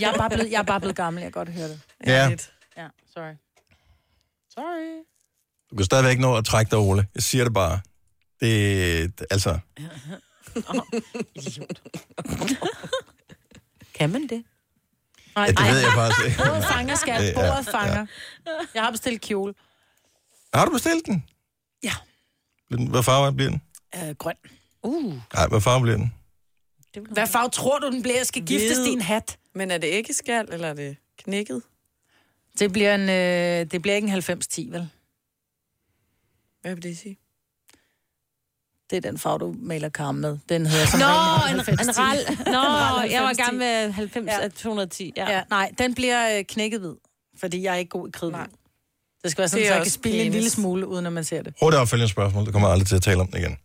Speaker 4: Jeg er bare blevet, jeg er bare blevet gammel, jeg kan godt høre det.
Speaker 1: Ja,
Speaker 3: Lidt.
Speaker 4: Ja, sorry. Sorry.
Speaker 1: du kan stadigvæk nå at trække dig, Ole. Jeg siger det bare. Det altså...
Speaker 5: Kan man det?
Speaker 4: Nej,
Speaker 1: Ja, det ved jeg faktisk ikke.
Speaker 4: Bordet fanger, skat.
Speaker 1: Det er-
Speaker 4: Bordet fanger. Jeg har bestilt kjole.
Speaker 1: Har du bestilt den?
Speaker 4: Ja.
Speaker 1: Hvad farve bliver den?
Speaker 4: Øh, grøn.
Speaker 1: Nej, hvad farve bliver den?
Speaker 4: Hvad farve tror du, den bliver? Jeg skal giftes
Speaker 3: Hvid.
Speaker 4: din hat.
Speaker 3: Men er det ikke skal, eller er det knækket?
Speaker 4: Det bliver, en, øh, det bliver ikke en 90-10, vel?
Speaker 3: Hvad vil det sige?
Speaker 4: Det er den farve, du maler karmen med. Den hedder som
Speaker 5: Nå,
Speaker 4: regel
Speaker 5: en,
Speaker 4: 90.
Speaker 5: en ral. Nå, jeg var
Speaker 4: 90.
Speaker 5: gammel med 90
Speaker 4: Ja.
Speaker 5: ja. 210. Ja.
Speaker 4: Ja, nej, den bliver øh, knækket hvid, fordi jeg er ikke god i kridhvid.
Speaker 3: Nej.
Speaker 4: Det skal være sådan,
Speaker 3: Det
Speaker 4: så
Speaker 3: er
Speaker 4: jeg kan
Speaker 3: også
Speaker 4: spille en
Speaker 3: penis.
Speaker 4: lille smule, uden at man ser det.
Speaker 1: Hurtigt opfølgende spørgsmål. Du kommer jeg aldrig til at tale om den igen.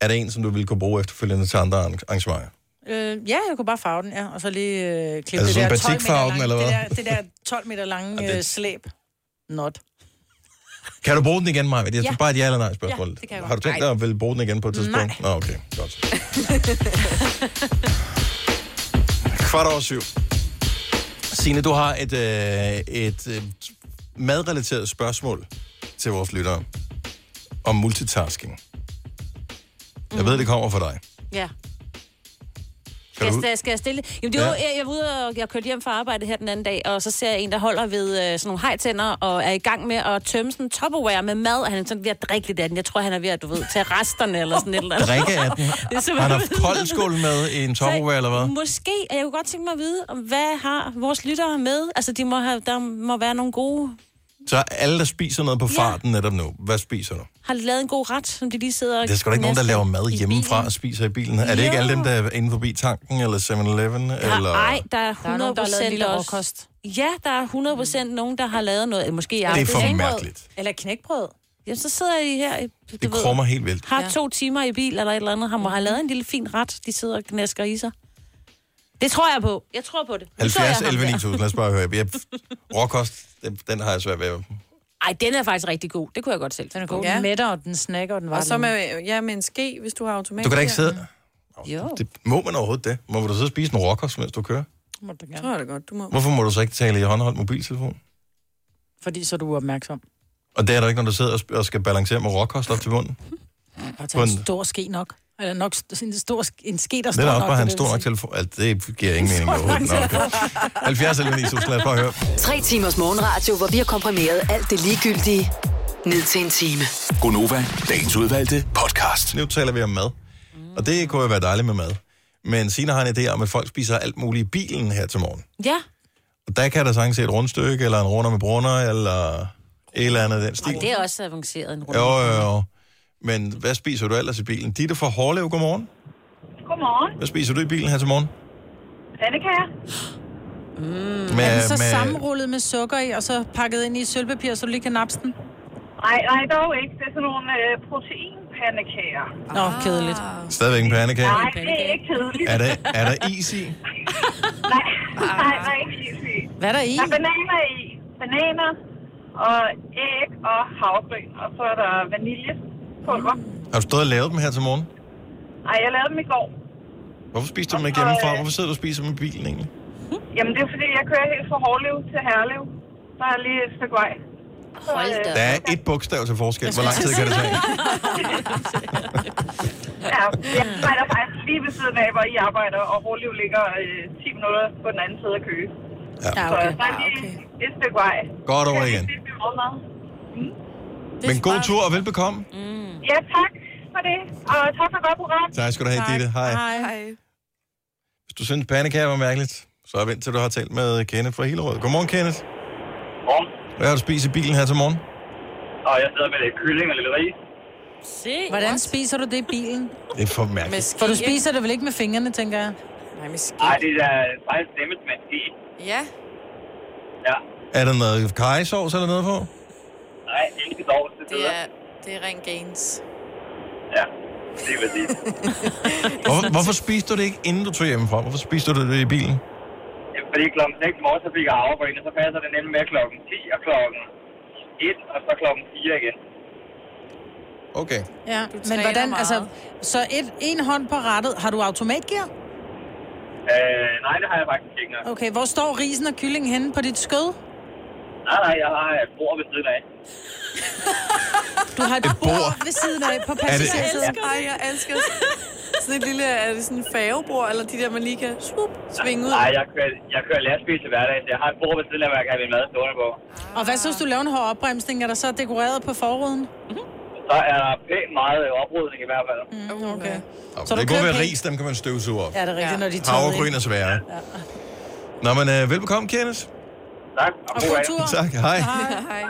Speaker 1: Er det en, som du ville kunne bruge efterfølgende til andre arrangementer?
Speaker 4: Øh, ja, jeg kunne bare farve den, ja. Og så lige øh, klippe
Speaker 1: Altså
Speaker 4: det, der
Speaker 1: sådan
Speaker 4: 12 meter
Speaker 1: batikfarve den,
Speaker 4: lange,
Speaker 1: eller hvad?
Speaker 4: det, der, det der 12 meter lange
Speaker 1: Ja, det-
Speaker 4: øh, slæb. Not.
Speaker 1: Kan du bruge den igen, Maja? Jeg tror
Speaker 4: Ja.
Speaker 1: bare et ja eller nej spørgsmål.
Speaker 4: Ja, det kan jeg
Speaker 1: Har du tænkt dig at vil bruge den igen på et tidspunkt? Nej. Nå, okay. Godt. Kvart over syv. Signe, du har et, øh, et øh, madrelateret spørgsmål til vores lyttere om multitasking. Jeg
Speaker 5: Mm.
Speaker 1: ved, det kommer fra dig.
Speaker 5: ja.
Speaker 1: Kan
Speaker 5: Skal,
Speaker 1: du-
Speaker 5: jeg, skal jeg stille? Jamen, det var,
Speaker 1: Ja.
Speaker 5: jeg, jeg var ude og jeg kørte hjem fra arbejde her den anden dag, og så ser jeg en, der holder ved øh, sådan nogle hejtænder, og er i gang med at tømme sådan en topperware med mad, og han er sådan ved at drikke lidt af den. Jeg tror, han er ved at, du ved, tage resterne eller sådan et eller andet.
Speaker 1: Drikke af den.
Speaker 5: Det er
Speaker 1: Har
Speaker 5: simpelthen-
Speaker 1: han haft koldskål med i en topperware, eller hvad?
Speaker 5: Måske, og jeg kunne godt tænke mig at vide, om hvad har vores lyttere med? Altså, de må have, der må være nogle gode
Speaker 1: Så alle, der spiser noget på farten netop nu, hvad spiser du?
Speaker 5: Har lavet en god ret, som de lige sidder og...
Speaker 1: Der er sgu da ikke nogen, der laver mad
Speaker 5: i
Speaker 1: hjemmefra
Speaker 5: bilen.
Speaker 1: og spiser i bilen. Er det ikke alle dem, der er inde forbi tanken eller 7-Eleven?
Speaker 5: Ah,
Speaker 1: Eller...
Speaker 5: Nej, der er 100%
Speaker 4: Der er nogen, der har lavet en lille
Speaker 5: også-
Speaker 4: råkost.
Speaker 5: Ja, der er 100% nogen, der har lavet noget. Måske i
Speaker 1: Det er
Speaker 5: aften.
Speaker 1: for mærkeligt.
Speaker 4: Eller knækbrød.
Speaker 5: Jamen, så sidder de her, du
Speaker 1: Det
Speaker 5: ved,
Speaker 1: krummer helt vildt.
Speaker 5: har to timer i bil eller et eller andet, har, må have lavet en lille fin ret, de sidder og gnæsker i sig. Det tror jeg på. Jeg tror på det. Nu så jeg
Speaker 1: 70,
Speaker 5: ham
Speaker 1: 11,
Speaker 5: der.
Speaker 1: 9000. Lad os bare høre. Jeg, råkost, den, den har jeg svært ved. at-
Speaker 5: Ej, den er faktisk rigtig god. Det kunne jeg godt selv.
Speaker 4: Den er god.
Speaker 3: Ja.
Speaker 4: Ja. Den mætter, og den snakker, og den var
Speaker 3: Og så med, ja, med en ske, hvis du har automat.
Speaker 1: Du kan da ikke sidde...
Speaker 5: Jo.
Speaker 1: Det, må man overhovedet det? Må du så spise en råkost, mens du kører?
Speaker 3: Så er det godt, du må.
Speaker 1: Hvorfor må du så ikke tale i håndholdt mobiltelefon?
Speaker 4: Fordi så er du opmærksom.
Speaker 1: Og det er der ikke, når du sidder og sp- og skal balancere med råkost op til munden.
Speaker 4: Og tage en
Speaker 1: Kun-
Speaker 4: stor ske nok. Eller nok st- en, stor, ske- en ske, der
Speaker 1: Det
Speaker 4: står
Speaker 1: er da
Speaker 4: nok.
Speaker 1: også bare at have en
Speaker 4: det vil
Speaker 1: stor nok
Speaker 4: sige.
Speaker 1: telefon. Altså, det giver ingen mening overhovedet. Nå, okay. 70 eller 9000, lad os bare høre.
Speaker 7: Tre timers morgenradio, hvor vi har komprimeret alt det ligegyldige ned til en time.
Speaker 8: Gonova, dagens udvalgte podcast.
Speaker 1: Nu taler vi om mad. Og det kunne jo være dejligt med mad. Men Sina har en idé om, at folk spiser alt muligt i bilen her til morgen.
Speaker 5: Ja,
Speaker 1: Og der kan der sagtens se et rundstykke, eller en runder med brunner, eller et eller andet af den stil.
Speaker 5: og det er også avanceret en runde.
Speaker 1: Jo, jo, jo. Men hvad spiser du ellers i bilen? Ditte fra Hårlev, godmorgen.
Speaker 10: Godmorgen.
Speaker 1: Hvad spiser du i bilen her til morgen?
Speaker 10: Pandekager.
Speaker 1: Med,
Speaker 4: Er den så sammenrullet med sukker i, og så pakket ind i sølvpapir, så du lige kan napse den?
Speaker 10: Nej, nej, dog ikke. Det er sådan nogle øh, proteinpandekager.
Speaker 4: Nå, kedeligt.
Speaker 1: stadigvæk en pandekage.
Speaker 10: Nej, det er ikke kedeligt.
Speaker 1: Er der, er der is i?
Speaker 10: Nej, nej, nej, ikke helt vildt.
Speaker 4: Hvad er der i?
Speaker 10: Der er bananer i. Bananer og æg og havgryn. Og så er der vaniljepulver.
Speaker 5: Mm.
Speaker 1: Har du stået og lavet dem her til morgen?
Speaker 10: Ej, jeg lavede dem i går.
Speaker 1: Hvorfor spiser du dem ikke hjemmefra? Hvorfor sidder du og spiser dem i bilen egentlig?
Speaker 10: Jamen, det er fordi, jeg kører helt fra Hårlev til Herlev. Der er lige et stykke vej. Så,
Speaker 5: Hold da.
Speaker 1: Der er et bogstav til forskel. Hvor lang tid kan det tage?
Speaker 10: ja, jeg arbejder faktisk lige ved siden af, hvor I arbejder, og Hårlev ligger øh, 10 minutter på den anden side af Køge.
Speaker 5: Ja,
Speaker 10: Så
Speaker 5: okay.
Speaker 10: der er lige et stykke vej.
Speaker 1: Godt over igen.
Speaker 10: Det bliver meget mad.
Speaker 1: Men god tur og velbekomme.
Speaker 10: Ja, tak for det. Og tak for godt program.
Speaker 1: Tak skal du have, Ditte. Hej.
Speaker 3: Hej.
Speaker 1: Hvis du synes, pandekager var mærkeligt, så vent til du har talt med Kenneth fra Hillerød. Godmorgen, Kenneth.
Speaker 9: Morgen.
Speaker 1: Hvad har du spist i bilen her til morgen?
Speaker 9: Og jeg sidder med lidt kylling og lidt ris.
Speaker 5: Se,
Speaker 4: Hvordan spiser du det i bilen?
Speaker 1: Det er for mærkeligt.
Speaker 3: Med ske,
Speaker 4: For du spiser det vel ikke med fingrene, tænker jeg.
Speaker 3: ikke? Nej, med ske.
Speaker 9: Nej, det er faktisk nemmest med en ski.
Speaker 3: Ja.
Speaker 9: Ja.
Speaker 1: Er der noget kajsovs eller noget på?
Speaker 9: Nej, ikke dårligt. Det,
Speaker 3: Det
Speaker 9: det
Speaker 3: er, det er ren gains.
Speaker 9: Ja, det er præcis.
Speaker 1: Hvorfor, hvorfor spiste du det ikke, inden du tog hjemmefra? Hvorfor spiste du det i bilen?
Speaker 9: Ja, fordi klokken 6 i morgen, så fik jeg afbrøn, og så passer det nemlig med klokken 10 og klokken 1, og så klokken 4 igen.
Speaker 1: Okay.
Speaker 4: Ja, men
Speaker 3: træner
Speaker 4: hvordan,
Speaker 3: meget.
Speaker 4: altså, så et, en hånd på rettet. Har du automatgear?
Speaker 9: Øh, nej, det har jeg faktisk ikke nok.
Speaker 4: Okay, hvor står risen og kyllingen henne på dit skød?
Speaker 9: Nej, nej, jeg har et bord ved siden af.
Speaker 4: Du har et,
Speaker 1: Et bord.
Speaker 4: bord ved siden af på passagersiden.
Speaker 3: Ej, jeg elsker sådan et lille, er det sådan en færgebord, eller de der, man lige kan swoop, svinge ud?
Speaker 9: Nej, jeg kører, jeg kører lastbil til hverdag, så jeg har et bord ved siden af, hvor jeg kan have min mad stående på.
Speaker 4: Og hvad så, hvis du laver en hård opbremsning? Er der så dekoreret på forruden?
Speaker 9: Så er der pænt meget øh, oprydning i hvert fald. Mm.
Speaker 3: Okay.
Speaker 1: Så
Speaker 4: Så
Speaker 1: det
Speaker 4: du
Speaker 1: kunne
Speaker 4: kører
Speaker 1: være
Speaker 4: pænt?
Speaker 1: ris, dem kan man støvsuge op.
Speaker 4: Ja, det er rigtigt,
Speaker 3: Ja.
Speaker 4: ja. når de tager
Speaker 1: Havregryn
Speaker 4: ind.
Speaker 1: er svære. Ja. Nå, men øh, velbekomme, Kenneth.
Speaker 9: Tak,
Speaker 4: Og god tur.
Speaker 1: Tak, hej.
Speaker 3: Hej.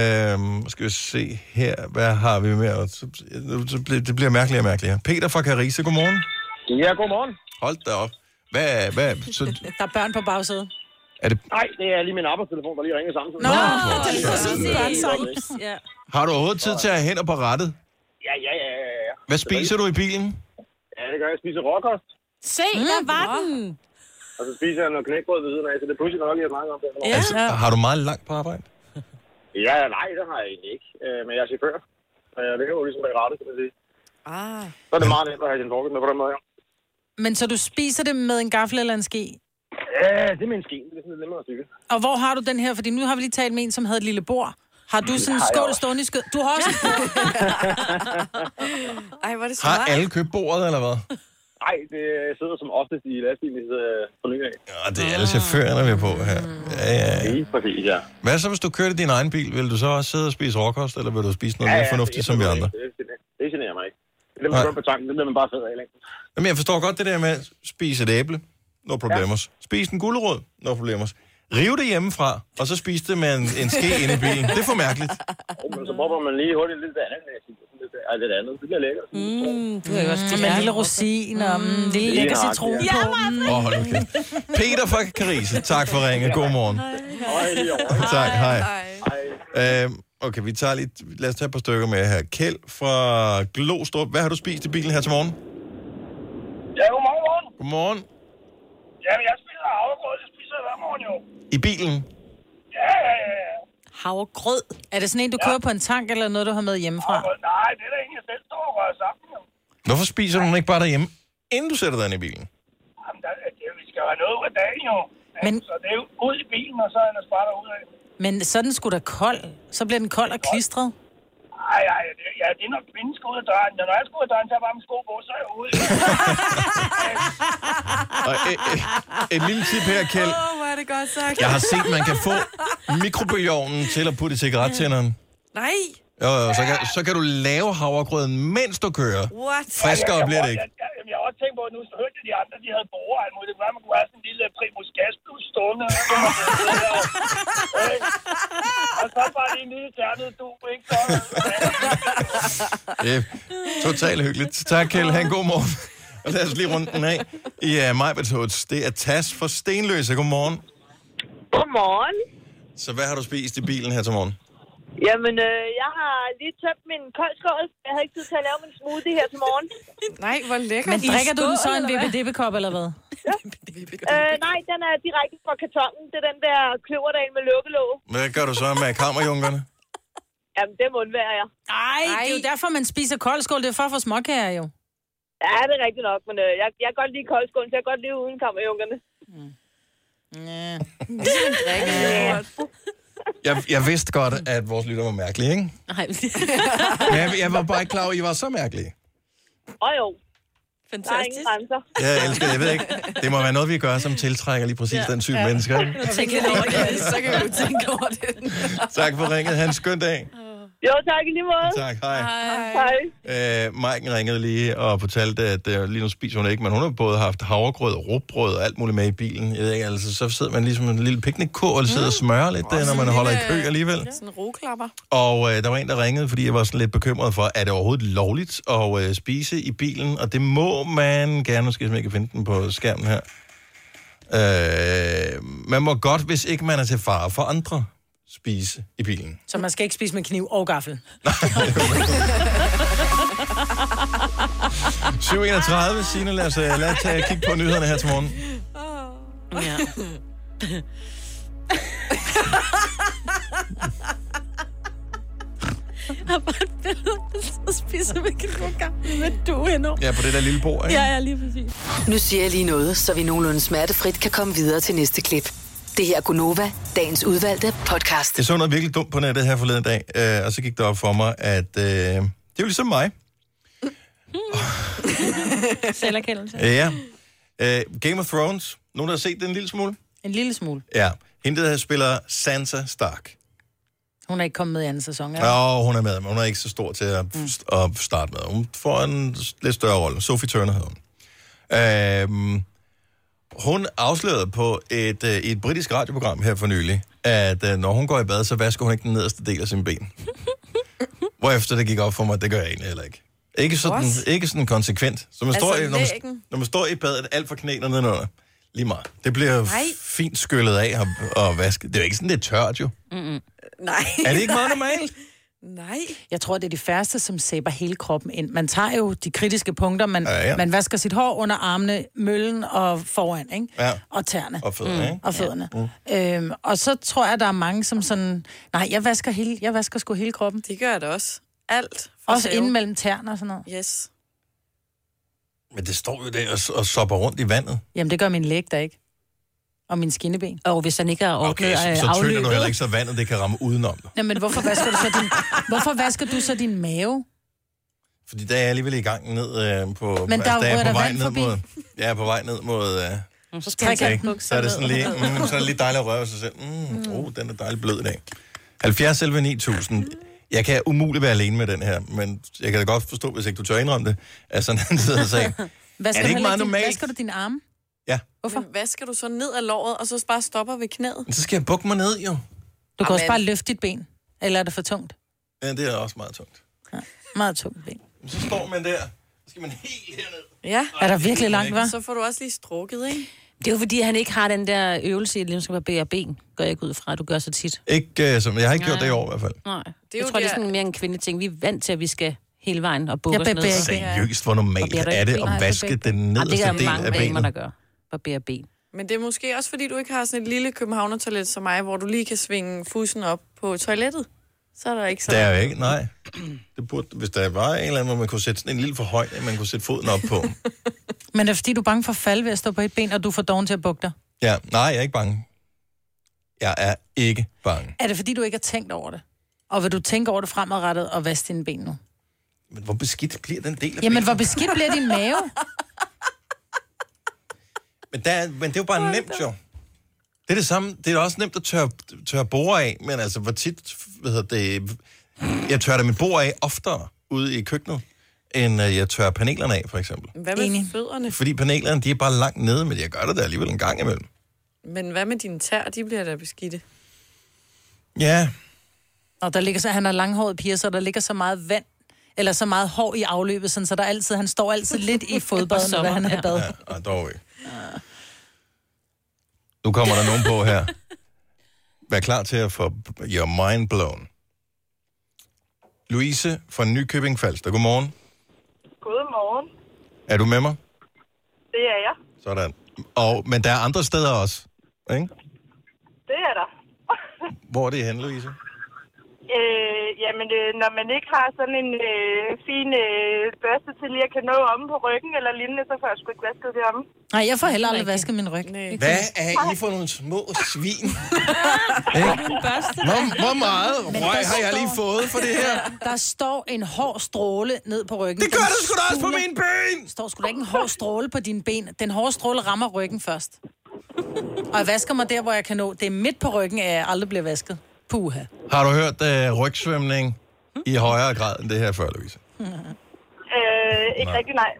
Speaker 1: Øhm, skal vi se her, hvad har vi med? os? Så- så- så bliver- Det bliver mærkeligere og mærkeligere. Peter fra Carise, godmorgen.
Speaker 9: Ja, godmorgen.
Speaker 1: Hold da op. Hvad, hvad, så
Speaker 4: Der er børn på bagsædet.
Speaker 1: er det,
Speaker 9: Nej, det er lige min arbejdstelefon, der lige ringer samtidig.
Speaker 4: Nå,
Speaker 1: hvor
Speaker 4: det lyder som en børnsang.
Speaker 5: Ja.
Speaker 1: har du overhovedet tid til at have hænder på rettet?
Speaker 9: Ja, ja, ja, ja, ja.
Speaker 1: Hvad spiser du i bilen?
Speaker 9: Ja, det gør jeg. Jeg spiser råkost,
Speaker 5: Se, der var
Speaker 4: Mm.
Speaker 5: den.
Speaker 9: og så spiser jeg noget knækbrød ved siden af, så det er pludselig nok lige at snakke om det.
Speaker 5: Ja.
Speaker 1: Altså, har du meget langt på arbejde?
Speaker 9: Ja, nej, det har jeg egentlig ikke. Øh, men jeg er chauffør, og jeg lever jo ligesom bag rattet, kan man sige.
Speaker 3: Ah.
Speaker 9: Så er det meget nemt at have sin frokost med på den måde, ja.
Speaker 4: Men så du spiser det med en gaffel eller en ske?
Speaker 9: Ja, det er min ske. Det er sådan lidt nemmere at cykle.
Speaker 4: Og hvor har du den her? Fordi nu har vi lige talt med en, som havde et lille bord. Har du sådan en
Speaker 9: Mm, har jeg
Speaker 4: skål
Speaker 9: også.
Speaker 4: stående i skød? Du har også en bord.
Speaker 3: Ej, var det så
Speaker 1: Har
Speaker 3: meget?
Speaker 1: alle købt bordet, eller hvad?
Speaker 9: Nej, det sidder som oftest i lastbilen øh, på ny af.
Speaker 1: Ja, det er alle chaufførerne, vi er på her. Ja, ja, ja.
Speaker 9: Lige præcis, ja.
Speaker 1: Hvad så, hvis du kørte din egen bil? Vil du så også sidde og spise råkost, eller vil du spise noget mere fornuftigt som vi andre?
Speaker 9: Det, det, det generer mig ikke. Det bliver man
Speaker 1: Nej.
Speaker 9: kun på tanken, det bliver man bare fed af i længden.
Speaker 1: Jamen, jeg forstår godt det der med at spise et æble. No problemers. Spis en gulerod. No problemers. Rive det hjemmefra, og så spise det med en, en ske inde i bilen. Det er for mærkeligt.
Speaker 11: Men så popper man lige hurtigt lidt andet. Ej, lidt andet. Det bliver lækkert.
Speaker 4: Mm, du er jo også med en lille rosin og mm, en lille
Speaker 1: Lige
Speaker 4: lækker
Speaker 1: nøjagtigt,
Speaker 4: citron
Speaker 1: ja.
Speaker 4: på. Mm.
Speaker 1: Åh, oh, hold nu kæft. Peter fra Karise, tak for ringet. Godmorgen. Tak, hej. Øhm, okay, vi tager lige, lad os tage et par stykker med her. Kjeld fra Glostrup. Hvad har du spist i bilen her til morgen?
Speaker 12: Ja, godmorgen, morgen.
Speaker 1: Godmorgen.
Speaker 12: Jamen, jeg spiser havregrød, det spiser jeg hver morgen jo.
Speaker 1: I bilen?
Speaker 12: Ja, ja, ja. ja.
Speaker 4: Havregrød. Er det sådan en, du kører på en tank, eller noget, du har med hjemmefra?
Speaker 12: Havregrød, nej, det er da ikke, jeg selv står og rører sammen. Jo.
Speaker 1: Hvorfor spiser du den ikke bare derhjemme, inden du sætter dig ind i bilen?
Speaker 12: Jamen, der, altså, det, er jo- vi skal jo have noget ud af dagen jo. Men... Så det er jo ud i bilen, og så er der spart ud af.
Speaker 4: Men sådan skulle da kold. Så bliver den kold og klistret.
Speaker 12: Ej, ej, det, ja, det er når kvinden skal ud af døren. Når jeg skal ud af døren, så har jeg bare min sko på, så er jeg ude.
Speaker 1: Og et, et, et lille tip her, Kjeld.
Speaker 3: Åh, hvor er det godt sagt.
Speaker 1: Jeg har set, man kan få mikrobølgeovnen til at putte i cigarettænderen.
Speaker 3: Nej,
Speaker 1: Jo, jo, så kan, så kan du lave havregrøden, mens du kører.
Speaker 3: what?
Speaker 1: Friskere bliver det ikke.
Speaker 12: Jeg, jeg, jeg, jeg, har også tænkt på, at nu hørte jeg de andre, de havde borger. og alt muligt. Det kunne være, man kunne have sådan en lille primus gas, du stående. og så kunne man sidde der, ikke? Og så bare lige en lille ternet du, ikke? Så,
Speaker 1: Det er totalt hyggeligt. Tak, Kjeld. Ha' en god morgen. Og lad os lige runde den af i uh, Majbetods. Det er Tas for Stenløse. Godmorgen.
Speaker 13: Godmorgen.
Speaker 1: Så hvad har du spist i bilen her til morgen?
Speaker 13: Jamen, øh, jeg har lige tømt min koldskål. Jeg havde ikke tid til at lave min smoothie her til morgen.
Speaker 3: Nej, hvor lækkert.
Speaker 4: Men drikker du den så en
Speaker 13: VVD?
Speaker 4: VVD-kop, eller hvad?
Speaker 13: Øh, nej, den er direkte fra kartongen. Det er den der kløverdal med lukkelåg.
Speaker 1: Hvad gør du så med kammerjunkerne?
Speaker 13: Jamen, det undværer jeg.
Speaker 4: Nej, det er jo derfor, man spiser koldskål. Det er for at få småkager, jo.
Speaker 13: Ja, det er rigtigt nok, men øh, jeg, jeg kan godt lide koldskålen, så jeg kan godt lide uden kammerjunkerne.
Speaker 4: Ja.
Speaker 1: Jeg, jeg vidste godt, at vores lytter var mærkelige, ikke?
Speaker 5: Nej.
Speaker 1: Men jeg, jeg var bare ikke klar over, at I var så mærkelige.
Speaker 13: Og jo. Fantastisk. Der er ingen grænser.
Speaker 1: Jeg elsker det. Jeg ved ikke. Det må være noget, vi gør, som tiltrækker lige præcis ja. den type ja. mennesker. ikke?
Speaker 13: tænker
Speaker 3: lidt over det, så kan vi jo tænke over det.
Speaker 1: Tak for ringet. Ha' en skøn dag.
Speaker 13: Jo, tak i lige måde.
Speaker 1: Tak, hej.
Speaker 13: Hej.
Speaker 1: Øh, Maiken ringede lige og fortalte, at øh, lige nu spiser hun ikke, men hun har både haft havregrød og rugbrød og alt muligt med i bilen. Jeg ved ikke, altså, så sidder man ligesom en lille piknikkurv og sidder og
Speaker 3: Mm.
Speaker 1: smører lidt der, når man holder i kø alligevel.
Speaker 3: Sådan en roklapper.
Speaker 1: Og øh, der var en, der ringede, fordi jeg var sådan lidt bekymret for, er det overhovedet lovligt at øh, spise i bilen? Og det må man gerne, nu skal jeg simpelthen ikke finde den på skærmen her. Øh, man må godt, hvis ikke man er til fare for andre, spise i bilen.
Speaker 4: Så man skal ikke spise med kniv og gaffel.
Speaker 1: 7.31, Signe, lad os, øh, lad os tage, kigge på nyhederne her til morgen.
Speaker 5: Ja. Jeg har bare et billede, der spiser med krukker med du endnu.
Speaker 1: Ja, på det der lille bord, ikke?
Speaker 5: Ja, ja, lige præcis.
Speaker 7: Nu siger jeg lige noget, så vi nogenlunde smertefrit kan komme videre til næste klip. Det her er Gunova, dagens udvalgte podcast.
Speaker 1: Jeg så noget virkelig dumt på nettet her forleden dag, øh, og så gik det op for mig, at øh, det er jo ligesom mig.
Speaker 5: Selverkendelse.
Speaker 1: Ja. Øh, Game of Thrones. Nogen, der har set den en lille smule?
Speaker 4: En lille smule.
Speaker 1: Ja. Hende, der spiller Sansa Stark.
Speaker 4: Hun er ikke kommet med i anden sæson, er
Speaker 1: Ja. Og hun er med, men hun er ikke så stor til at, at starte med. Hun får en s- lidt større rolle. Sophie Turner hedder hun. Øhm, hun afslørede på et, øh, i et britisk radioprogram her for nylig, at øh, når hun går i bad, så vasker hun ikke den nederste del af sine ben. Hvorefter det gik op for mig, at det gør jeg egentlig heller ikke. Ikke sådan,
Speaker 14: What?
Speaker 1: ikke sådan konsekvent. Så man
Speaker 14: Altså,
Speaker 1: står i, når, man,
Speaker 14: lægen?
Speaker 1: når man står i badet, alt for knæene nedenunder. Lige meget. Det bliver
Speaker 3: Nej.
Speaker 1: fint skyllet af og, og vasket. Det er jo ikke sådan, det er tørt jo.
Speaker 3: Mm-mm. Nej.
Speaker 1: Er det ikke meget normalt?
Speaker 3: Nej.
Speaker 4: Jeg tror, det er de færreste, som sæber hele kroppen ind. Man tager jo de kritiske punkter, man,
Speaker 1: Ja,
Speaker 4: ja,
Speaker 1: ja.
Speaker 4: ja. man vasker sit hår under armene, møllen og foran, ikke?
Speaker 1: Ja.
Speaker 4: Og tæerne.
Speaker 1: Og fødderne, ikke?
Speaker 4: Og fødderne.
Speaker 1: Ja. Mm.
Speaker 4: Øhm, og så tror jeg, der er mange, som sådan... Nej, jeg vasker, hele, jeg vasker sgu hele kroppen.
Speaker 3: Det gør jeg da også. Alt. for
Speaker 4: Også
Speaker 3: save.
Speaker 4: inden mellem tæerne og sådan noget.
Speaker 3: Yes.
Speaker 1: Men det står jo der og, og sopper rundt i vandet.
Speaker 4: Jamen, det gør min læg da ikke. Og min skinneben.
Speaker 5: Og hvis han ikke har
Speaker 1: Okay, så, så tynder du heller ikke, så vandet det kan ramme udenom dig.
Speaker 4: Nej, men hvorfor vasker du så din, hvorfor vasker du så din mave?
Speaker 1: Fordi der er jeg alligevel i gang ned øh, på...
Speaker 4: Men der
Speaker 1: er jeg
Speaker 4: rører
Speaker 1: på
Speaker 4: der
Speaker 1: vej
Speaker 4: vand
Speaker 1: ned
Speaker 4: forbi.
Speaker 1: mod, Jeg er på vej ned mod... Øh,
Speaker 4: Så skal jeg tage
Speaker 1: ikke?
Speaker 4: bukserne
Speaker 1: Så er det sådan
Speaker 4: ned.
Speaker 1: lige, mm, så er det lige dejligt at røre ved sig selv. Mm, mm. Oh, den er dejligt blød i dag. 70 11 9000. Jeg kan umuligt være alene med den her, men jeg kan da godt forstå, hvis ikke du tør indrømme det, at sådan han sidder og sagde,
Speaker 4: Vasker
Speaker 1: Er det
Speaker 4: du
Speaker 1: ikke
Speaker 4: heller
Speaker 1: meget
Speaker 4: din-
Speaker 1: normalt?
Speaker 4: Vasker du din arme?
Speaker 1: Ja.
Speaker 3: Hvorfor? Men hvad skal du så ned ad låret, og så bare stopper ved knæet?
Speaker 1: Men så skal jeg bukke mig ned, jo.
Speaker 4: Du kan også
Speaker 3: Amen.
Speaker 4: bare løfte dit ben. Eller er det for tungt?
Speaker 1: Ja, det er også meget tungt.
Speaker 4: Meget tungt ben.
Speaker 1: Så står man der, så skal man helt herned.
Speaker 3: Ja.
Speaker 4: Er der virkelig langt, hva'?
Speaker 3: Så får du også lige strukket, ikke?
Speaker 5: Det er jo fordi, han ikke har den der øvelse i, at man skal barbere ben. Gør jeg ikke ud fra, at du gør så tit.
Speaker 1: Ikke, øh, som, jeg har ikke gjort
Speaker 5: Nej.
Speaker 1: det i år i hvert fald.
Speaker 5: Nej. Det er
Speaker 3: jo
Speaker 5: jeg tror, det er
Speaker 3: der-
Speaker 5: sådan mere en kvindeting. Vi er vant til, at vi skal hele vejen og bukke
Speaker 4: Jeg
Speaker 5: os ned.
Speaker 4: barberer ikke ben.
Speaker 1: Seriøst, hvor normalt
Speaker 5: Barberer du
Speaker 1: er
Speaker 5: ikke
Speaker 1: det
Speaker 5: ben?
Speaker 1: at
Speaker 5: Nej,
Speaker 1: vaske
Speaker 5: barberer-
Speaker 1: den
Speaker 5: Ej,
Speaker 1: nederste
Speaker 5: det er
Speaker 1: del
Speaker 5: mange
Speaker 1: af
Speaker 5: damer, der
Speaker 1: benet?
Speaker 5: gør. Barbere ben.
Speaker 3: Men det er måske også, fordi du ikke har sådan et lille københavner-toilet som mig, hvor du lige kan svinge fusen op på toilettet. Så er der ikke så...
Speaker 1: Det er jo ikke, nej. Det burde, hvis der var en eller anden, hvor man kunne sætte sådan en lille for høj, man kunne sætte foden op på.
Speaker 4: Men er det fordi, du er bange for at falde ved at stå på et ben, og du får doven til at bukke dig?
Speaker 1: Ja, nej, jeg er ikke bange. Jeg er ikke bange.
Speaker 4: Er det fordi, du ikke har tænkt over det? Og vil du tænke over det fremadrettet og vaske dine ben nu?
Speaker 1: Men hvor beskidt bliver den del af
Speaker 4: Jamen, hvor
Speaker 1: benet?
Speaker 4: beskidt bliver din mave?
Speaker 1: Men, der, er- men det er jo bare nemt, jo. Det er det samme. Det er også nemt at tørre, tørre borer af, men altså, hvor tit, hvad hedder det, jeg tørrer da min bord af oftere ude i køkkenet, end øh, jeg tørrer panelerne af, for eksempel.
Speaker 3: Hvad med fødderne?
Speaker 1: Fordi panelerne, de er bare langt nede, men jeg gør det da alligevel en gang imellem.
Speaker 3: Men hvad med dine tær? De bliver da beskidte.
Speaker 1: Ja,
Speaker 4: Og der ligger så, han har langhåret piger, så der ligger så meget vand, eller så meget hår i afløbet, sådan, så der altid, han står altid lidt i fodbadet, når han er i bad.
Speaker 1: ja og dog ikke. Nu kommer der nogen på her. Vær klar til at få your mind blown. Louise fra Nykøbing Falster. Godmorgen.
Speaker 14: Godmorgen.
Speaker 1: Er du med mig?
Speaker 14: Det er jeg.
Speaker 1: Sådan. Og, men der er andre steder også, ikke?
Speaker 14: Det er der.
Speaker 1: Hvor er det henne, Louise?
Speaker 14: Øh, jamen, øh, når man ikke har sådan en øh, fin øh, børste til lige at kan nå om på ryggen eller lignende, så får jeg sgu ikke vasket det om.
Speaker 4: Nej, jeg får heller aldrig vasket min ryg. Nej.
Speaker 1: Hvad er I for nogle små svin? Ikke? hvor, hvor meget røg har jeg lige fået for det her?
Speaker 4: Der står en hård stråle ned på ryggen.
Speaker 1: Det gør der sgu da også på mine ben!
Speaker 4: står sgu da ikke en hård stråle på dine ben. Den hårde stråle rammer ryggen først. Og jeg vasker mig der, hvor jeg kan nå. Det er midt på ryggen, at jeg aldrig bliver vasket. Puha.
Speaker 1: Har du hørt øh, rygsvømning i højere grad end det her før, Louise?
Speaker 14: Øh, ikke
Speaker 1: Nej.
Speaker 14: nej. rigtig nej.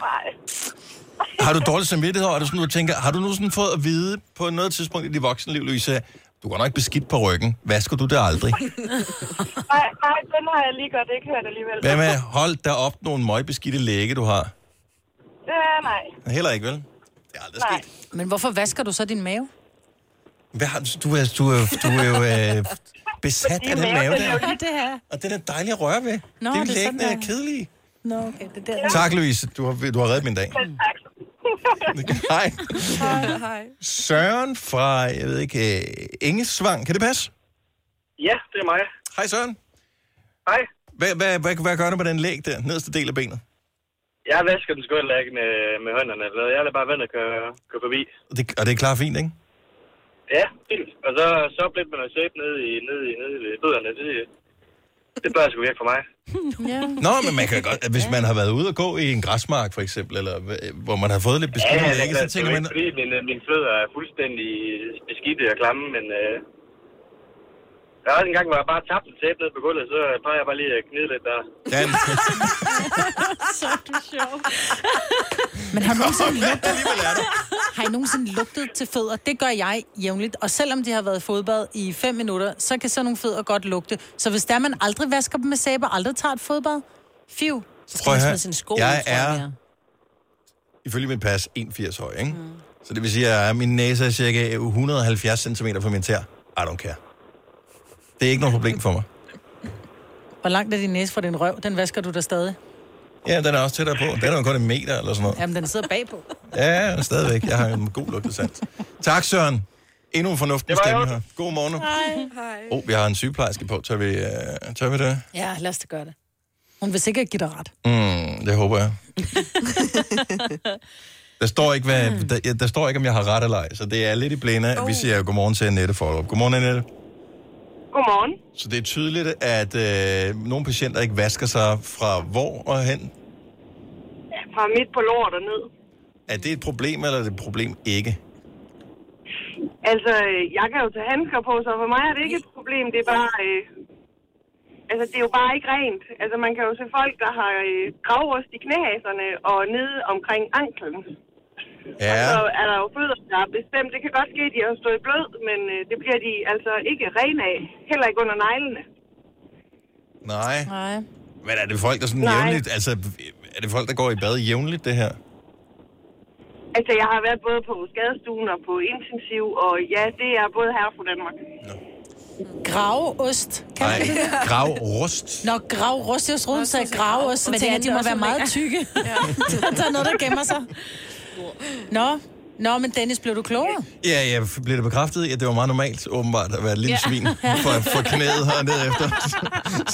Speaker 14: Nej.
Speaker 1: Har du dårlig samvittighed over, er det sådan, du tænker, har du nu sådan fået at vide på noget tidspunkt i dit voksenliv, Louise, du går nok beskidt på ryggen. Vasker du det aldrig?
Speaker 14: nej, nej, den har jeg lige godt ikke hørt alligevel.
Speaker 1: Hvad med, hold da op nogle møgbeskidte læge, du har.
Speaker 14: Ja, nej.
Speaker 1: Heller ikke, vel?
Speaker 14: nej.
Speaker 4: Men hvorfor vasker du så din mave?
Speaker 1: Hvad har, du, du, er, du, er, du er jo øh, besat af den mave der.
Speaker 4: Ja, det her.
Speaker 1: Og den er dejlig at røre ved.
Speaker 4: Nå,
Speaker 1: det er jo
Speaker 4: det er sådan,
Speaker 1: læggende
Speaker 4: der-
Speaker 1: og kedelige.
Speaker 4: Nå, okay, det er der.
Speaker 1: Tak, Louise. Du har, du har reddet min dag. Hej.
Speaker 11: Hej, hej.
Speaker 1: Søren fra, jeg ved ikke, øh, Engesvang. Kan det passe?
Speaker 11: Ja, det er mig.
Speaker 1: Hej, Søren.
Speaker 11: Hej.
Speaker 1: Hvad, hvad, hvad, hvad gør du med den læg der, nederste del af benet?
Speaker 11: Jeg vasker den sgu heller ikke med, med hånderne. eller noget. Jeg lader bare vandet køre, køre forbi.
Speaker 1: Og det, og det er klart fint, ikke?
Speaker 11: Ja, fint. Og så, så blev man noget sæbe ned i, ned i, ned i bøderne. Det, det bør sgu ikke for mig.
Speaker 4: Ja.
Speaker 1: Nå, men man kan godt, hvis man har været ude og gå i en græsmark, for eksempel, eller øh, hvor man har fået lidt beskidt,
Speaker 11: ja,
Speaker 1: ja,
Speaker 11: det
Speaker 1: så
Speaker 11: er klart. Det er
Speaker 1: tænker
Speaker 11: jo
Speaker 1: man,
Speaker 11: ikke, fordi min, øh, min fødder er fuldstændig beskidte og klamme, men... Øh, der var også en gang, hvor jeg bare tabte en sæbe ned på gulvet, så plejer jeg bare lige at knide lidt der.
Speaker 1: ja,
Speaker 11: så er du sjov.
Speaker 4: Men har I nogensinde
Speaker 11: Nå, men
Speaker 4: lugtet,
Speaker 11: alligevel er det.
Speaker 4: har I nogensinde lugtet til fødder? Det gør jeg jævnligt. Og selvom de har været i fodbad i 5 minutter, så kan sådan nogle fødder godt lugte. Så hvis der man aldrig vasker dem med sæbe og aldrig tager et fodbad, fiv. Så
Speaker 1: prøv at høre, jeg er, ifølge mit pas, 1,80 høj, ikke? Mm. Så det vil sige, at min næse er cirka 170 cm fra min tær. I don't care. Det er ikke noget problem for mig.
Speaker 4: Hvor langt er din næse fra din røv? Den vasker du der stadig.
Speaker 1: Ja, den er også tættere på. Den er jo kun en meter eller sådan noget.
Speaker 4: Jamen, den sidder bagpå.
Speaker 1: Ja, men stadigvæk. Jeg har en god lugtesans. Tak, Søren. Endnu en fornuftig stemme her. God morgen.
Speaker 4: Hej. Hej.
Speaker 1: Oh, vi har en sygeplejerske på. Tør vi, uh, tør vi det?
Speaker 4: Ja, lad os da gøre det. Hun vil sikkert give dig ret.
Speaker 1: Mm, det håber jeg. Der står, ikke, hvad, der, ja, der står ikke, om jeg har ret eller ej, så det er lidt i blinde. Oh. Vi siger jo godmorgen til Annette Forlop. Godmorgen, Annette.
Speaker 14: Godmorgen.
Speaker 1: Så det er tydeligt, at øh, nogle patienter ikke vasker sig fra hvor og hen.
Speaker 14: Ja, Fra midt på lort og ned.
Speaker 1: Er det et problem, eller er det et problem ikke?
Speaker 14: Altså, øh, jeg kan jo tage handsker på, så for mig er det ikke et problem. Det er bare... Øh, altså, det er jo bare ikke rent. Altså, man kan jo se folk, der har øh, gravrust i knæhaserne og nede omkring anklen.
Speaker 1: Ja.
Speaker 10: Og så er der jo fødder, der er bestemt. Det kan godt ske, at de har stået blød, men øh, det bliver de altså ikke rene af. Heller ikke under neglene.
Speaker 1: Nej.
Speaker 4: Nej.
Speaker 1: Men er det folk, der sådan
Speaker 10: Nej.
Speaker 1: jævnligt... Altså, er det folk, der går i bad jævnligt, det her?
Speaker 10: Altså, jeg har været både på skadestuen og på intensiv, og ja, det er både her fra Danmark.
Speaker 4: Graveost. Kan
Speaker 1: Nej.
Speaker 4: man det der?
Speaker 1: Grav rust.
Speaker 4: Nå, gravrust. Jeg troede, hun sagde graveost. Men det er, de må være meget tykke. der er noget, der gemmer sig. Nå, Nå men Dennis, blev du klogere?
Speaker 1: Ja, jeg blev det bekræftet i, at det var meget normalt, åbenbart, at være et lille
Speaker 4: Ja.
Speaker 1: svin for, for knæet hernede efter.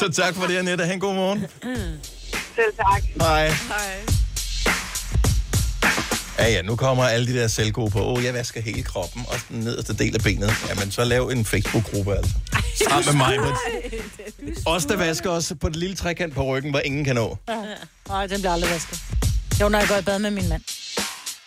Speaker 1: Så tak for det, Annette. Ha' en god morgen.
Speaker 10: Selv tak.
Speaker 1: Hej.
Speaker 10: Hej.
Speaker 1: Ja, ja, nu kommer alle de der selvgode på. Åh, jeg vasker hele kroppen, og den nederste del af benet. Jamen, så lav en Facebook-gruppe, altså. Sammen med mig. Os, der vasker os på det lille trekant på ryggen, hvor ingen kan nå.
Speaker 4: Ja. Nej, den bliver aldrig vasket. Jo, når jeg går i bad med min mand.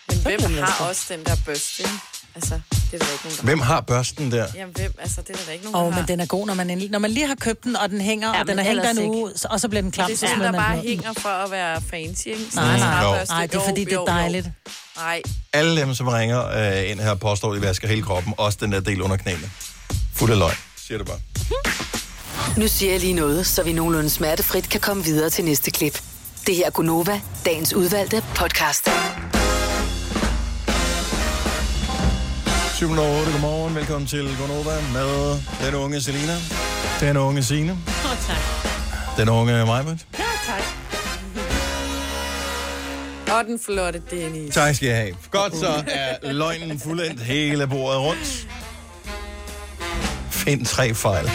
Speaker 3: Men hvem
Speaker 1: altså-
Speaker 3: har også den der børste? ikke? Altså, det er der ikke nogen, der
Speaker 1: Hvem har børsten der?
Speaker 3: Jamen, hvem? Altså, det er der ikke nogen,
Speaker 4: Åh,
Speaker 3: der
Speaker 4: oh,
Speaker 3: har.
Speaker 4: men den er god, når man, endelig, når man lige har købt den, og den hænger, ja, og den
Speaker 3: men
Speaker 4: har hængt der en
Speaker 3: ellers
Speaker 4: uge, så- og så bliver den klam,
Speaker 3: det er
Speaker 4: så
Speaker 3: sådan,
Speaker 4: smider
Speaker 3: der
Speaker 4: man
Speaker 3: bare
Speaker 4: den. ud.
Speaker 3: hænger for at være fancy, ikke? Sådan
Speaker 4: altså- Nej,
Speaker 3: en
Speaker 1: nej.
Speaker 3: træbørste.
Speaker 4: Nej, det er,
Speaker 3: Jo,
Speaker 4: fordi det er
Speaker 3: jo, jo.
Speaker 4: dejligt.
Speaker 3: Nej.
Speaker 1: Alle dem, som ringer øh, ind her, påstår, at de vasker hele kroppen. Også den der del under knæene. Fuld af løgn, siger du bare.
Speaker 7: Nu siger jeg lige noget, så vi nogenlunde smertefrit kan komme videre til næste klip. Det her er Gunova, dagens udvalgte podcast.
Speaker 1: 7.08, godmorgen. Velkommen til Gonova med den unge Selina, den unge Signe,
Speaker 5: Åh, tak.
Speaker 1: den unge Majbert.
Speaker 5: Ja, tak.
Speaker 3: Og den flotte Dennis.
Speaker 1: Tak skal jeg have. Godt, så er løgnen fuldendt hele bordet rundt. Find tre fejl.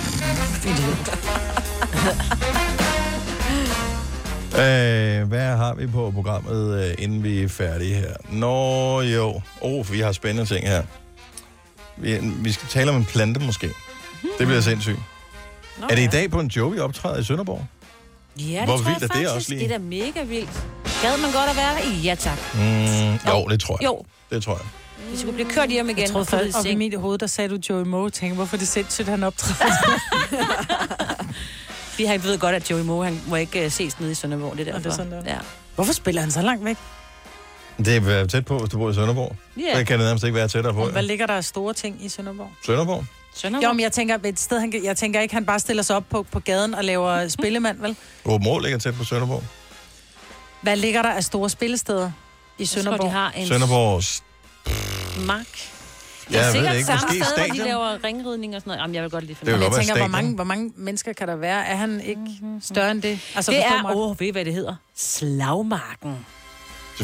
Speaker 1: Øh, hvad har vi på programmet, øh, inden vi er færdige her? Nå jo. Oh, vi har spændende ting her. Vi, vi skal tale om en plante måske. Det bliver sindssygt.
Speaker 5: Hmm. Nå,
Speaker 1: Er det i
Speaker 5: ja.
Speaker 1: dag på en Jovi optræder i Sønderborg?
Speaker 5: Ja, det
Speaker 1: Hvor
Speaker 5: tror
Speaker 1: vildt
Speaker 5: jeg
Speaker 1: er det
Speaker 5: faktisk.
Speaker 1: også lige?
Speaker 5: Det er da mega vildt. Gad man godt at være der? Ja, tak.
Speaker 1: Mm, jo, det tror jeg.
Speaker 5: Jo.
Speaker 1: Det tror jeg.
Speaker 5: Vi skulle blive kørt hjem igen.
Speaker 4: Jeg troede
Speaker 5: og puttet i
Speaker 4: først, og i
Speaker 5: seng.
Speaker 4: mit hoved, der sagde du Joey Moe, tænkte, hvorfor er det sindssygt, han optræder.
Speaker 5: Vi har ved godt, at Joey Moe, han må ikke øh, ses nede i Sønderborg, det er derfor.
Speaker 4: det er sådan der.
Speaker 5: Ja.
Speaker 4: hvorfor spiller han så langt væk?
Speaker 1: Det er øh, tæt på, hvis du bor i Sønderborg.
Speaker 4: Ja.
Speaker 1: Yeah. Det kan det nærmest ikke være tættere på.
Speaker 4: Hvad ligger der af store ting i Sønderborg?
Speaker 1: Sønderborg?
Speaker 4: Sønderborg? Jo, men jeg tænker, et sted, han, kan- jeg tænker ikke, han bare stiller sig op på, på gaden og laver spillemand, vel?
Speaker 1: Åben Rå ligger tæt på Sønderborg.
Speaker 4: Hvad ligger der af store spillesteder
Speaker 5: tror,
Speaker 4: i Sønderborg?
Speaker 5: de har en-
Speaker 1: Sønderborgs...
Speaker 5: Mark.
Speaker 1: Ja, jeg ved
Speaker 5: sikkert
Speaker 1: det ikke.
Speaker 5: samme
Speaker 1: Måske
Speaker 5: sted, hvor
Speaker 1: stadion?
Speaker 5: de laver ringridning og sådan noget. Jamen, jeg vil godt lige
Speaker 1: Det
Speaker 5: finde
Speaker 1: vil
Speaker 5: ud af
Speaker 1: godt
Speaker 4: Jeg
Speaker 1: være
Speaker 4: tænker, hvor
Speaker 1: stadion.
Speaker 4: mange, hvor mange mennesker kan der være? Er han ikke større end Mm-hmm. det?
Speaker 5: det
Speaker 4: forstår
Speaker 5: er,
Speaker 4: mig ret.
Speaker 5: åh, oh, ved I, hvad det hedder? Slagmarken.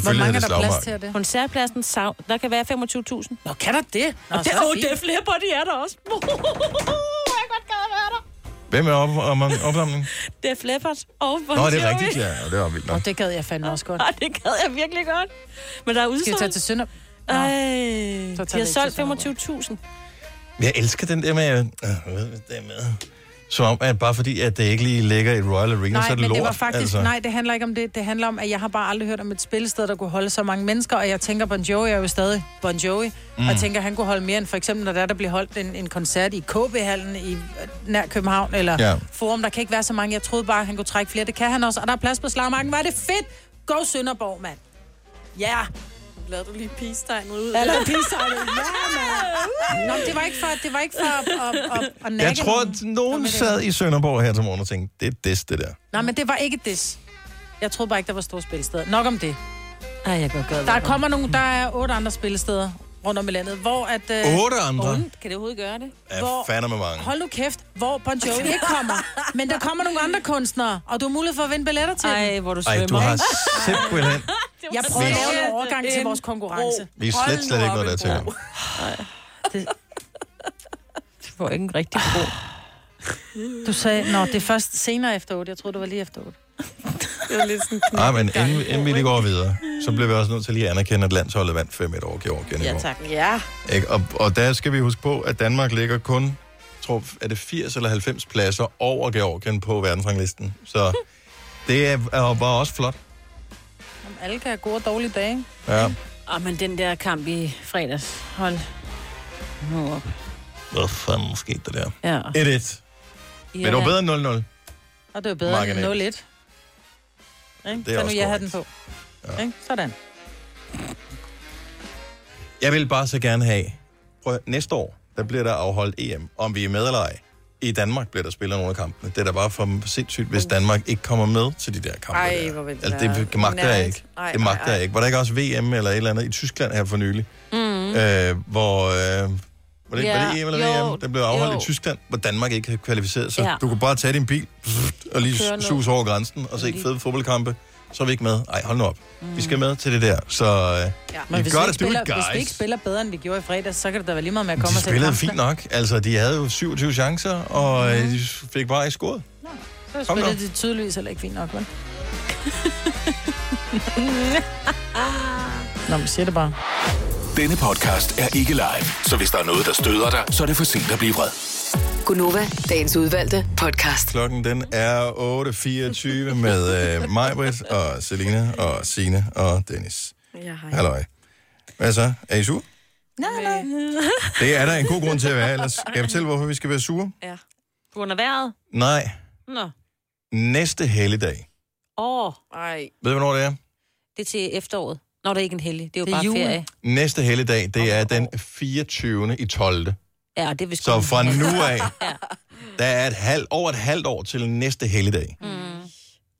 Speaker 4: Hvor mange
Speaker 1: hedder
Speaker 4: er
Speaker 1: det
Speaker 4: der plads
Speaker 1: slagmark.
Speaker 4: til at det?
Speaker 5: Koncertpladsen, Sav, der kan være 25.000.
Speaker 4: Nå, kan der det? Nå,
Speaker 5: og det,
Speaker 4: så
Speaker 5: åh,
Speaker 4: fint.
Speaker 5: det er flere på, de er der også.
Speaker 1: Hvem er oppe om om- opvarmningen?
Speaker 5: det er Flippert og
Speaker 1: Nå, det er rigtigt, ja. Ja, Det var vildt nok.
Speaker 4: Og det gad jeg fandme også godt.
Speaker 5: Og det gad jeg virkelig godt. Men der er udsolgt.
Speaker 4: Skal vi tage til Sønder? Nå.
Speaker 5: Ej,
Speaker 4: Så tager
Speaker 5: de
Speaker 4: vi
Speaker 5: har solgt
Speaker 4: ikke til
Speaker 5: 25.000.
Speaker 1: Jeg elsker den der med... øh, øh, hvad er det der med? Som om, at bare fordi, at det ikke lige ligger i Royal Arena, så
Speaker 4: Nej,
Speaker 1: er det
Speaker 4: men
Speaker 1: lort.
Speaker 4: det var faktisk... Altså. Nej, det handler ikke om det. Det handler om, at jeg har bare aldrig hørt om et spillested, der kunne holde så mange mennesker, og jeg tænker, Bon Jovi er jo stadig Bon Jovi, mm.
Speaker 5: Mm.
Speaker 4: og jeg tænker, han kunne holde mere end for eksempel, når der, er, der bliver holdt en, en koncert i KB-hallen i, øh, nær København, eller ja.
Speaker 5: Ja.
Speaker 4: Forum. Der kan ikke være så mange. Jeg troede bare, han kunne trække flere. Det kan han også, og der er plads på slagmarken. Hvor er det fedt! Go Sønderborg, mand! Ja!
Speaker 3: Lad du lige pigestegnet ud.
Speaker 4: Eller pigestegnet. Ja, Nå, men det var ikke for, det var ikke for at, at, at, at nakke
Speaker 1: Jeg tror,
Speaker 4: nogen.
Speaker 1: at nogen sad i Sønderborg her til morgen og tænkte, det er des, det der.
Speaker 4: Nej, men det var ikke det. Jeg troede bare ikke, der var store spillesteder. Nok om det.
Speaker 5: Ej, jeg går gad.
Speaker 4: Der kommer nogle, der er otte andre spillesteder rundt om i landet, hvor at...
Speaker 1: Otte andre?
Speaker 4: Otte.
Speaker 5: Kan det overhovedet gøre det?
Speaker 1: Ja, fandeme mange.
Speaker 4: Hold nu kæft, hvor Bon Jovi ikke kommer. Men der kommer nogle andre kunstnere, og du har mulighed for at vinde billetter til Ej,
Speaker 5: hvor du
Speaker 1: Ej, du har simpelthen...
Speaker 4: Jeg prøver at
Speaker 1: Vi-
Speaker 4: lave en overgang til vores konkurrence.
Speaker 1: Vi er slet, slet ikke noget, der er til ham.
Speaker 5: Det var ikke en rigtig god.
Speaker 4: Du sagde, nå, det er først senere efter 8. Jeg troede, det var lige efter 8.
Speaker 3: Det var lidt sådan...
Speaker 1: Nej, Ah, men inden, inden vi lige går videre, så bliver vi også nødt til lige at anerkende, at landsholdet vandt 5-1 over Georgien i går.
Speaker 3: Ja.
Speaker 1: Ikke? Og, og der skal vi huske på, at Danmark ligger kun, jeg tror, er det 80 eller 90 pladser over Georgien på verdensranglisten. Så det er, er bare også flot.
Speaker 4: Alle kan have gode og dårlige dage.
Speaker 1: Ja.
Speaker 5: Åh, men den der kamp i fredags. Hold nu op.
Speaker 1: Hvad fanden skete der der?
Speaker 5: Ja.
Speaker 1: 1-1. Men det var bedre end 0-0.
Speaker 4: Og det var bedre
Speaker 1: Marginal.
Speaker 4: end 0-1. Ikke?
Speaker 1: Det er
Speaker 4: Så nu
Speaker 1: også
Speaker 4: jeg har den på. Ja. Sådan.
Speaker 1: Jeg vil bare så gerne have, prøv, at- næste år, der bliver der afholdt EM, om vi er med eller ej. I Danmark bliver der spillet nogle af kampene. Det er da bare for sindssygt, hvis Danmark ikke kommer med til de der kampe.
Speaker 3: Ej, hvor vil det
Speaker 1: Altså, det
Speaker 3: være
Speaker 1: magter jeg
Speaker 3: nært.
Speaker 1: ikke.
Speaker 3: Ej,
Speaker 1: Det magter
Speaker 3: ej,
Speaker 1: jeg ikke. Var der ikke også VM eller et eller andet i Tyskland her for nylig?
Speaker 5: Mm.
Speaker 1: Øh, hvor... Øh, var det, ikke, var det
Speaker 5: Ja,
Speaker 1: EM eller
Speaker 5: jo,
Speaker 1: VM? Der blev afholdt
Speaker 5: jo.
Speaker 1: i Tyskland, hvor Danmark ikke havde kvalificeret sig.
Speaker 5: Ja.
Speaker 1: Du kunne bare tage din bil pff, og lige
Speaker 5: Køre ned.
Speaker 1: suse over grænsen og se
Speaker 5: Lige.
Speaker 1: fede fodboldkampe. Så er vi ikke med. Ej, hold nu op. Vi skal med til det der. Så øh, ja.
Speaker 4: Men
Speaker 1: vi
Speaker 4: hvis,
Speaker 1: gør
Speaker 4: vi
Speaker 1: det,
Speaker 4: ikke
Speaker 1: du
Speaker 4: spiller,
Speaker 1: guys.
Speaker 4: hvis vi ikke spiller bedre, end vi gjorde i fredags, så kan det da være lige meget med at komme
Speaker 1: De
Speaker 4: og se
Speaker 1: spillede
Speaker 4: kampen.
Speaker 1: fint nok. Altså, de havde jo 27 chancer, og øh, de fik bare ikke scoret.
Speaker 4: Så
Speaker 1: Kom nu.
Speaker 4: spillede de tydeligvis heller ikke fint nok, vel? Nå, men siger det bare.
Speaker 8: Denne podcast er ikke live, så hvis der er noget, der støder dig, så er det for sent at blive vred.
Speaker 7: Gunova, dagens udvalgte podcast.
Speaker 1: Klokken den er 8.24 med øh, Majbrit og Selina og Sine og Dennis.
Speaker 3: Ja, hej.
Speaker 1: Halløj. Hvad så? Er I sur?
Speaker 4: Nej,
Speaker 5: nej.
Speaker 1: Det er der en god grund til at være ellers. Kan jeg fortælle, hvorfor vi skal være sure?
Speaker 5: Ja. På grund af vejret?
Speaker 1: Nej.
Speaker 5: Nå.
Speaker 1: Næste helligdag.
Speaker 5: Åh. Oh. Ej.
Speaker 1: Ved du, hvornår det er?
Speaker 5: Det er til efteråret. Nå, det er ikke en heldig. Det er jo
Speaker 1: Det er
Speaker 5: bare
Speaker 1: jul.
Speaker 5: ferie.
Speaker 1: Næste helligdag, det er den 24. i 12.
Speaker 5: Ja, og det er vist
Speaker 1: Så
Speaker 5: kun-
Speaker 1: fra nu af, der er et halv, over et halvt år til næste helligdag.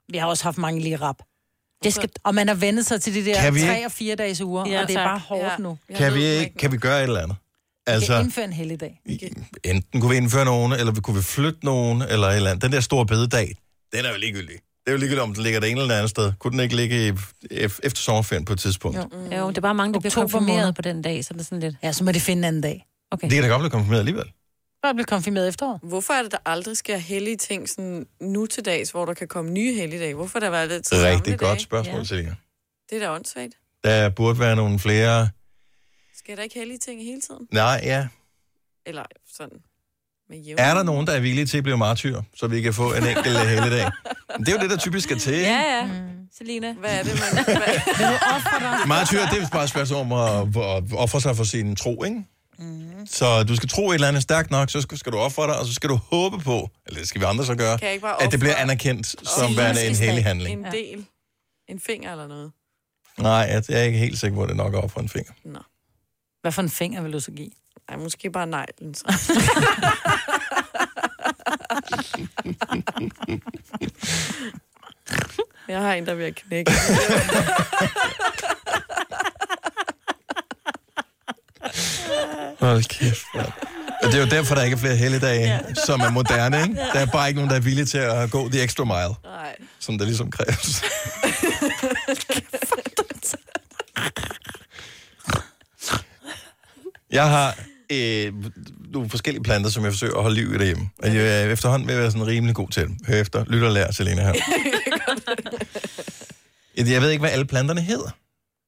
Speaker 4: Vi har også haft mange lige rap. Det skal... Og man har vendet sig til de der
Speaker 1: Kan vi
Speaker 4: 3
Speaker 1: ikke?
Speaker 4: og 4 dages uger,
Speaker 5: Ja,
Speaker 4: ja, og det er
Speaker 5: tak.
Speaker 4: bare hårdt
Speaker 5: Ja.
Speaker 4: ja. nu.
Speaker 1: Kan vi, ikke, kan vi gøre et eller andet? Altså,
Speaker 4: Altså... Vi kan indføre en helligdag.
Speaker 1: enten kunne vi indføre nogen, eller vi kunne vi flytte nogen, eller et eller andet. Den der store bededag, den er jo ligegyldig. Det er jo ligegyldigt, om den ligger det ene eller det andet sted. Kunne den ikke ligge i, ef- efter sommerferien på et tidspunkt? Jo.
Speaker 5: Mm. Jo, det er bare mange, der bliver
Speaker 4: Oktober
Speaker 5: konfirmeret
Speaker 4: måned.
Speaker 5: på den dag, så det er sådan lidt...
Speaker 4: Ja, så må det finde en anden dag.
Speaker 5: Okay.
Speaker 1: Det kan da godt blive konfirmeret alligevel.
Speaker 4: Bare blive konfirmeret efteråret.
Speaker 3: Hvorfor er det, der aldrig sker hellige ting sådan nu til dags, hvor der kan komme nye hellige dage? Hvorfor er der været lidt til
Speaker 1: Rigtig
Speaker 3: dage?
Speaker 1: godt spørgsmål, ja. Selina.
Speaker 3: Det er da åndssvagt.
Speaker 1: Der burde være nogle flere...
Speaker 3: Skal der ikke hellige ting hele tiden?
Speaker 1: Nej, ja.
Speaker 3: Eller sådan med jævn.
Speaker 1: Er der nogen, der er villige til at blive martyr, så vi kan få en enkelt øh, helligdag? Men Det er jo det, der typisk skal til.
Speaker 5: Ja,
Speaker 1: Ja.
Speaker 5: ja. Mm. Selina.
Speaker 3: Hvad er det, man... Vil
Speaker 4: du ofre dig?
Speaker 1: Martyr, det er bare et spørgsmål om at, at ofre sig for sin tro, ikke? Mm. Så du skal tro et eller andet stærkt nok, så skal, skal du ofre dig, og så skal du håbe på, eller det skal vi andre så gøre,
Speaker 3: Kan jeg ikke bare
Speaker 1: at det bliver
Speaker 3: ofre-
Speaker 1: anerkendt som værende en hellig handling.
Speaker 3: En del. En finger eller noget.
Speaker 1: Nej, jeg jeg er ikke helt sikker på, at det nok er ofre en finger.
Speaker 4: Hvad for en finger vil du så give?
Speaker 3: Ej, måske bare neglen så. Jeg har en, der vil knække.
Speaker 1: Hold kæft, mand. Og det er jo derfor, der ikke er flere helligdage, ja. som er moderne, ikke? Der er bare ikke nogen, der er villige til at gå the extra mile,
Speaker 3: Nej.
Speaker 1: som der ligesom kræves. Jeg har øh, nogle forskellige planter, som jeg forsøger at holde liv i derhjemme. Og jeg er efterhånden ved at være sådan rimelig god til dem. Hør efter. Lyt og lær, Selena her. Jeg ved ikke, hvad alle planterne hedder.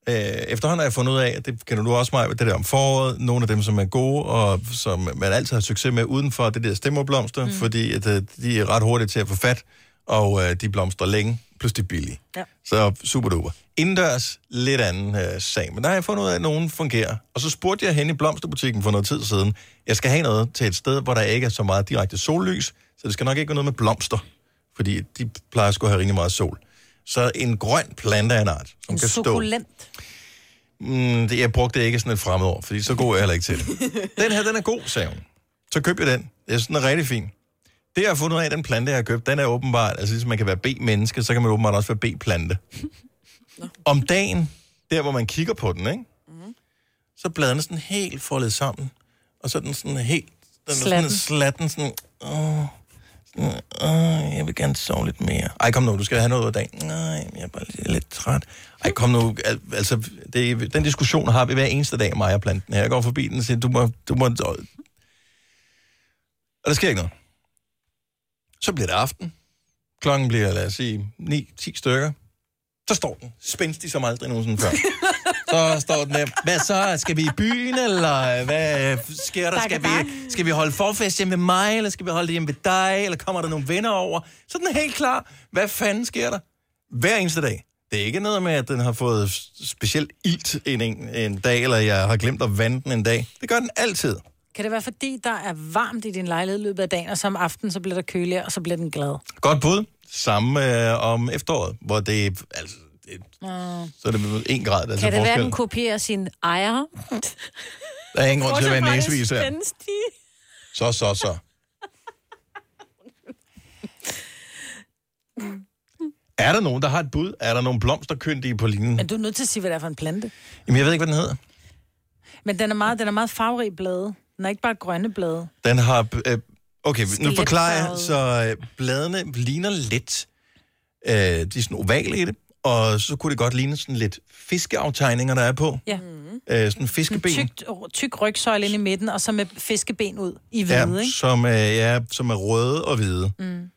Speaker 1: Øh, efterhånden har jeg fundet ud af, at det kender du også mig, det der om foråret, nogle af dem, som er gode, og som man altid har succes med udenfor, det der stemmerblomster, mm. fordi at, øh, de er ret hurtige til at få fat, og øh, de blomstrer længe, plus de er billige.
Speaker 4: Ja.
Speaker 1: Så super duper. Indendørs, lidt anden øh, sag, men der har jeg fundet ud af, at nogen fungerer. Og så spurgte jeg hende i blomsterbutikken for noget tid siden, jeg skal have noget til et sted, hvor der ikke er så meget direkte sollys, så det skal nok ikke være noget med blomster, fordi de plejer sgu at have rimelig meget sol. Så en grøn plante af en art, som
Speaker 4: En
Speaker 1: kan stå...
Speaker 4: sukulent.
Speaker 1: Mm, det, jeg brugte ikke sådan et fremmed ord, fordi så god er jeg heller ikke til det. Den her, den er god, sagde hun. Så køb jeg den. Jeg synes, den er rigtig fin. Det, jeg har fundet ud af, den plante, jeg har købt, den er åbenbart, altså ligesom man kan være B-menneske, så kan man åbenbart også være B-plante. Om dagen, der hvor man kigger på den, ikke? så er bladene sådan helt foldet sammen, og så er den sådan helt, den er sådan
Speaker 6: Slatten.
Speaker 1: slatten, sådan, åh, sådan, åh, jeg vil gerne sove lidt mere. Ej, kom nu, du skal have noget ud af dagen. Nej, jeg er bare lidt, lidt træt. Ej, kom nu, al- altså, det, den diskussion har vi hver eneste dag, mig og planten her. Jeg går forbi den og siger, du må, du må, og der sker ikke noget. Så bliver det aften. Klokken bliver, lad os sige, 9-10 stykker. Så står den. Spændstig som aldrig nogensinde før. Så står den der. Hvad så? Skal vi i byen, eller hvad øh, sker der? Skal vi, skal vi holde forfest hjemme ved mig, eller skal vi holde det hjemme ved dig, eller kommer der nogle venner over? Så den er helt klar. Hvad fanden sker der? Hver eneste dag. Det er ikke noget med, at den har fået s- specielt ilt en, en, en dag, eller jeg har glemt at vande den en dag. Det gør den altid.
Speaker 4: Kan det være, fordi der er varmt i din lejlighed i løbet af dagen, og så om aftenen, så bliver der køligere, og så bliver den glad?
Speaker 1: Godt bud. Samme øh, om efteråret, hvor det, altså, det så er det en grad, der er til
Speaker 5: Kan det være,
Speaker 1: forskel.
Speaker 5: den kopierer sin ejer?
Speaker 1: Der er ingen grund til at være næsevis her.
Speaker 5: her.
Speaker 1: Så, så, så. Er der nogen, der har et bud? Er der nogle blomsterkyndige på linjen?
Speaker 4: Men du er nødt til at sige, hvad det er for en plante.
Speaker 1: Jamen, jeg ved ikke, hvad den hedder.
Speaker 4: Men den er meget, den er meget farverig blade. Den er ikke bare grønne blade.
Speaker 1: Den har... Øh, okay, nu
Speaker 4: Skeletfarvet.
Speaker 1: forklarer jeg. Så øh, bladene ligner lidt... Øh, de er sådan ovale i det, og så kunne det godt ligne sådan lidt fiskeaftegninger, der er på.
Speaker 4: Ja.
Speaker 1: Øh, sådan fiskeben.
Speaker 4: En tyk, tyk rygsøjle ind i midten, og så med fiskeben ud i hvide,
Speaker 1: ja,
Speaker 4: ikke?
Speaker 1: Som, øh, ja, som er røde og hvide.
Speaker 4: Mm.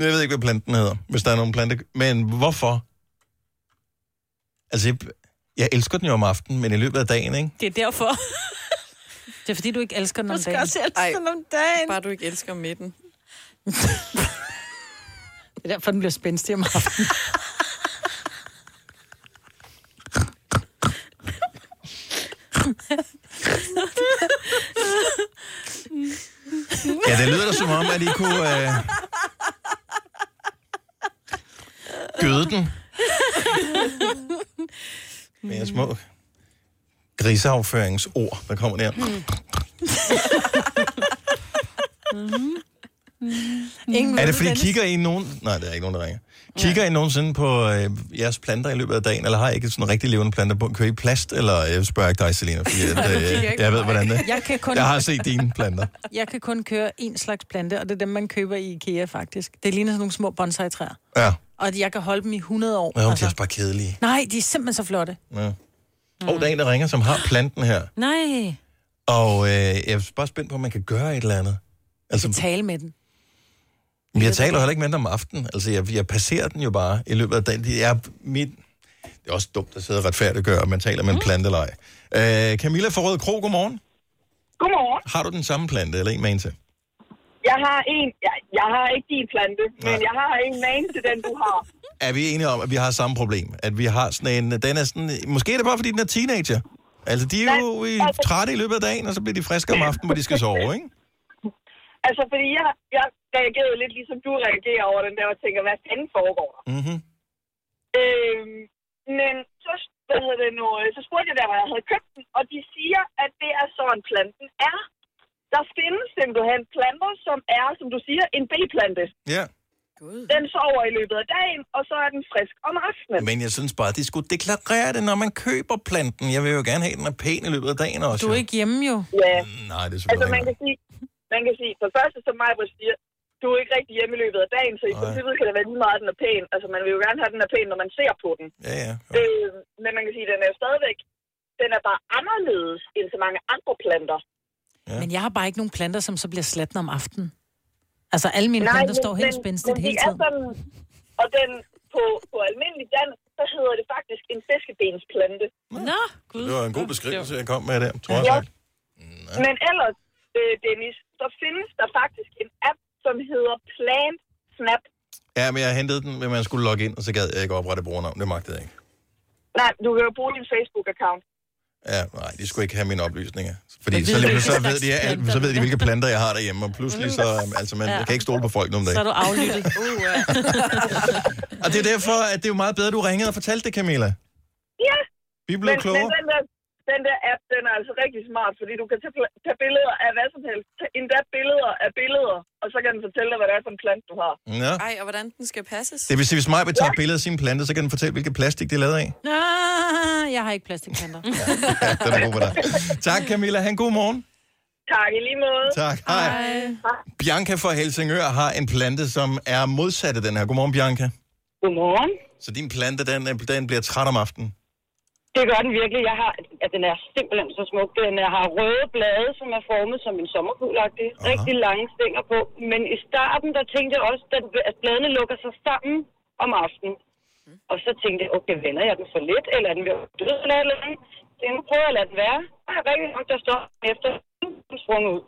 Speaker 1: Jeg ved ikke, hvad planten hedder, hvis der er nogen plante. Men hvorfor? Altså, jeg, jeg elsker den jo om aftenen, men i løbet af dagen, ikke?
Speaker 5: Det er derfor.
Speaker 4: det er fordi, du ikke elsker den
Speaker 5: om dagen. Du skal også elske
Speaker 3: Ej,
Speaker 5: den om dagen.
Speaker 3: Bare du ikke elsker midten.
Speaker 4: Det er derfor, den bliver spændstig om aftenen.
Speaker 1: Ja, det lyder da som om, at I kunne øh, gøde den med jeres små griseafføringsord, der kommer der.
Speaker 4: Ingen
Speaker 1: Er
Speaker 4: ved
Speaker 1: det fordi,
Speaker 4: Dennis.
Speaker 1: kigger I nogen... Nej, der er ikke nogen, der ringer. Kigger I nogensinde på øh, jeres planter i løbet af dagen, eller har I ikke sådan rigtig levende planter på? Kører I plast, eller jeg spørger ikke dig, Selina, fordi at,
Speaker 4: Nej, du kigger
Speaker 1: øh,
Speaker 4: ikke på
Speaker 1: jeg ved,
Speaker 4: mig.
Speaker 1: hvordan det
Speaker 4: Jeg kan kun-
Speaker 1: Jeg har set dine planter.
Speaker 4: Jeg kan kun køre én slags plante, og det er dem, man køber i IKEA, faktisk. Det ligner sådan nogle små bonsai-træer.
Speaker 1: Ja,
Speaker 4: Og jeg kan holde dem i 100 år. altså.
Speaker 1: men hun er også bare kedelige.
Speaker 4: Nej, de er simpelthen så flotte.
Speaker 1: Ja. Og der er en, der ringer, som har planten her.
Speaker 4: Nej.
Speaker 1: Og øh, jeg er bare spændt på, om man kan gøre et eller andet. Altså,
Speaker 4: Tale med den.
Speaker 1: Men jeg taler heller ikke med den om aftenen. Altså, jeg, jeg passerer den jo bare i løbet af dagen. Det er, mit... det er også dumt at sidde og retfærdiggøre, at man taler
Speaker 4: Mm.
Speaker 1: med en plante eller ej. Øh, Camilla fra Røde Kro, godmorgen.
Speaker 14: Godmorgen.
Speaker 1: Har du den samme plante, eller en med en til?
Speaker 14: Jeg har en, jeg, jeg har ikke din plante, men
Speaker 1: Nej.
Speaker 14: jeg har en man til den, du har.
Speaker 1: Er vi enige om, at vi har samme problem? At vi har sådan en... Den er sådan, måske er det bare, fordi den er teenager. Altså, de er jo i, trætte i løbet af dagen, og så bliver de friske om aftenen, hvor de skal sove, ikke?
Speaker 14: Altså, fordi jeg, jeg reagerede lidt ligesom du reagerer over den der, og tænker, hvad fanden foregår der?
Speaker 1: Mm-hmm.
Speaker 14: Øhm, men så, hvad hedder det nu, øh, så spurgte jeg der, hvor jeg havde købt den, og de siger, at det er sådan, planten er. Der findes simpelthen planter, som er, som du siger, en B-plante.
Speaker 1: Ja.
Speaker 14: Den sover i løbet af dagen, og så er den frisk om aftenen.
Speaker 1: Men jeg synes bare, at de skulle deklarere det, når man køber planten. Jeg vil jo gerne have, at den er pæn i løbet af dagen også.
Speaker 4: Du er
Speaker 1: jo.
Speaker 4: ikke hjemme jo.
Speaker 14: Ja.
Speaker 1: Nej, det er
Speaker 14: Altså,
Speaker 1: selvfølgelig
Speaker 14: man kan sige, man kan sige, for det første, som mig siger, du er ikke rigtig hjemme i løbet af dagen, så i
Speaker 1: Nej.
Speaker 14: princippet kan det være lige meget, at den er pæn. Altså, man vil jo gerne have, at den er pæn, når man ser på den.
Speaker 1: Ja, ja.
Speaker 14: Øh, men man kan sige, at den er jo stadigvæk, den er bare anderledes end så mange andre planter.
Speaker 1: Ja.
Speaker 4: Men jeg har bare ikke nogen planter, som så bliver slatten om aftenen. Altså, alle mine Nej, planter står helt spændstigt
Speaker 14: men
Speaker 4: hele
Speaker 14: de er
Speaker 4: tiden.
Speaker 14: sådan, og den på, på almindelig dansk, så hedder det faktisk en fiskebensplante.
Speaker 5: Nå, gud.
Speaker 1: Det var en god beskrivelse, jeg kom med der, tror jeg.
Speaker 14: Ja.
Speaker 1: nok.
Speaker 14: Men ellers, øh, Dennis, så findes der faktisk en app, som hedder Plant Snap.
Speaker 1: Ja, men jeg hentede den, men man skulle logge ind, og så gad jeg ikke oprette brugernavn. Det magtede jeg ikke.
Speaker 14: Nej, du kan jo bruge din Facebook-account.
Speaker 1: Ja, nej, de skulle ikke have mine oplysninger. Fordi
Speaker 6: Men
Speaker 1: så,
Speaker 6: ved
Speaker 1: lige,
Speaker 6: du,
Speaker 1: så,
Speaker 6: hvilke
Speaker 1: ved de,
Speaker 6: slags
Speaker 1: alt,
Speaker 6: planter
Speaker 1: så
Speaker 6: du
Speaker 1: ved de,
Speaker 6: har?
Speaker 1: hvilke planter jeg har derhjemme, og pludselig så, øhm, altså, man
Speaker 5: Ja.
Speaker 1: jeg kan ikke stole på folk nogen dag.
Speaker 5: Så er du aflyttet. Uh, ja.
Speaker 1: Og det er derfor, at det er jo meget bedre, at du ringede og fortalte det, Camilla.
Speaker 14: Ja,
Speaker 1: Vi blev
Speaker 14: men,
Speaker 1: klogere.
Speaker 14: men den, der, den der app, den er altså rigtig smart, fordi du kan tage, pla- tage billeder af hvad som helst. Tag endda billeder af billeder, og så kan den fortælle dig, hvad det er for en plante, du har.
Speaker 1: Ja.
Speaker 3: Ej, og hvordan den skal passes?
Speaker 1: Det vil sige, hvis mig vil tage et billede af sine planter, så kan den fortælle, hvilket plastik de er lavet af.
Speaker 4: Ah, jeg har ikke plastikplanter.
Speaker 1: Ja, den er god med dig. Tak, Camilla. Ha' en god morgen.
Speaker 14: Tak i lige måde.
Speaker 1: Tak. Hej. Bianca fra Helsingør har en plante, som er modsat af den her. Godmorgen, Bianca.
Speaker 15: Godmorgen.
Speaker 1: Så din plante, den, er- den bliver træt om aftenen.
Speaker 15: Det gør den virkelig. Jeg har, ja, den er simpelthen så smuk. Den er- har røde blade, som er formet som en sommerfuglagtig. Rigtig lange stænger på. Men i starten, der tænkte jeg også, at at bladene lukker sig sammen om aftenen. Og så tænkte jeg, okay, vender jeg den for lidt, eller er den ved at døde, eller et eller andet. Så nu prøver jeg at lade den være. Og jeg rigtig nok, der står den efter, den er sprunget ud.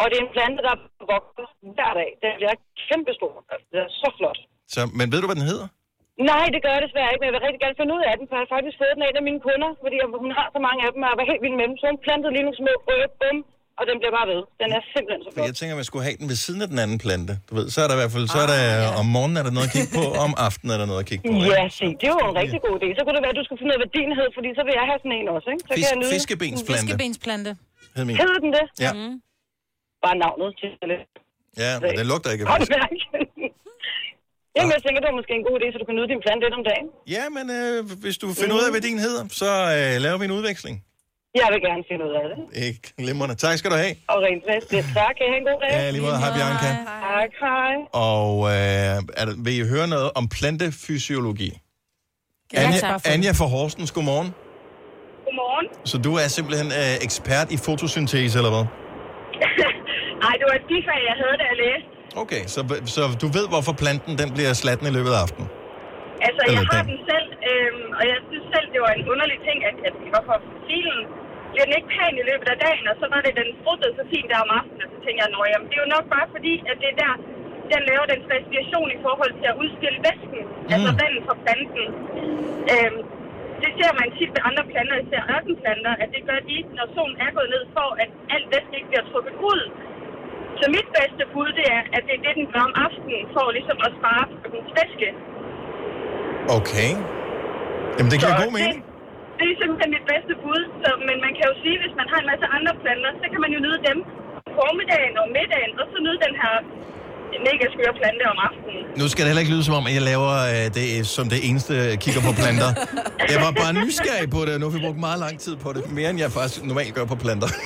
Speaker 15: Og det er en plante, der vokser hver dag. Den bliver kæmpestor. Den er så flot.
Speaker 1: Så, men ved du, hvad den hedder?
Speaker 15: Nej, det gør jeg desværre ikke, men jeg vil rigtig gerne finde ud af den, for jeg har faktisk fået den af en af mine kunder, fordi jeg, hun har så mange af dem, og jeg var helt vild med dem. Så hun plantede lige nogle små røde bum, og den bliver bare ved. Den er simpelthen så
Speaker 1: For jeg tænker, man skulle have den ved siden af den anden plante. Du ved, så er der i hvert fald, så er der, om morgenen er der noget at kigge på, om aftenen er der noget at kigge på.
Speaker 15: Ah, Ja,
Speaker 1: ikke?
Speaker 15: se, det var en rigtig god idé. Så kunne det være, at du skulle finde ud af, hvad din hed, fordi så vil jeg have sådan en også, ikke? Så
Speaker 1: Fisk-
Speaker 15: kan jeg nyde.
Speaker 1: fiskebensplante.
Speaker 4: Fiskebensplante.
Speaker 1: Hed min.
Speaker 15: Hedder den det?
Speaker 1: Ja.
Speaker 15: Mm. Bare navnet til det.
Speaker 1: Ja, men den lugter ikke af
Speaker 15: Godt
Speaker 1: fisk.
Speaker 15: mærke. Jamen, jeg tænker, det var måske en god idé, så du kan nyde din plante lidt om dagen.
Speaker 1: Ja, men øh, hvis du finder ud af, hvad din hedder, så øh, laver vi en udveksling.
Speaker 15: Jeg vil gerne finde ud af det.
Speaker 1: Ikke glimrende. Tak skal du have.
Speaker 15: Og rent fast, det tak. Kan I have en god dag?
Speaker 1: Ja, lige måde. Hej, Bianca.
Speaker 15: Tak, hej.
Speaker 1: Og øh, er der, vil I høre noget om plantefysiologi?
Speaker 15: Ja,
Speaker 1: Anja,
Speaker 15: tak.
Speaker 1: Anja fra Horsens, godmorgen.
Speaker 14: Godmorgen.
Speaker 1: Så du er simpelthen øh, ekspert i fotosyntese, eller hvad?
Speaker 14: Nej, det var et bifag, jeg havde, da jeg læste.
Speaker 1: Okay, så, så du ved, hvorfor planten den bliver slatten i løbet af aftenen?
Speaker 14: Altså, jeg
Speaker 1: Eller
Speaker 14: har
Speaker 1: den.
Speaker 14: den selv, øhm, og jeg synes selv, det var en underlig ting, at, at hvorfor filen bliver den ikke pæn i løbet af dagen, og så var det, den fruttede så fint der om aftenen, og så tænkte jeg, nå jamen, det er jo nok bare fordi, at det er der, den laver den respiration i forhold til at udskille væsken, mm. altså vandet fra planten. Øhm, det ser man tit ved andre planter, især ørkenplanter, at det gør de, når solen er gået ned, for at alt væsken ikke bliver trukket ud. Så mit bedste bud, det er, at det er det, den gør om aftenen, for ligesom at spare på dens væske.
Speaker 1: Okay. Jamen, det giver
Speaker 14: Så
Speaker 1: god mening.
Speaker 14: Det, det er simpelthen mit bedste bud, så, men man kan jo sige, hvis man har en masse andre planter, så kan man jo nyde dem om formiddagen og middagen, og så nyde den her mega skøre plante om aftenen.
Speaker 1: Nu skal det heller ikke lyde som om, at jeg laver øh, det som det eneste øh, kigger på planter. Jeg var bare nysgerrig på det, og nu har vi brugt meget lang tid på det. Mere end jeg faktisk normalt gør på planter.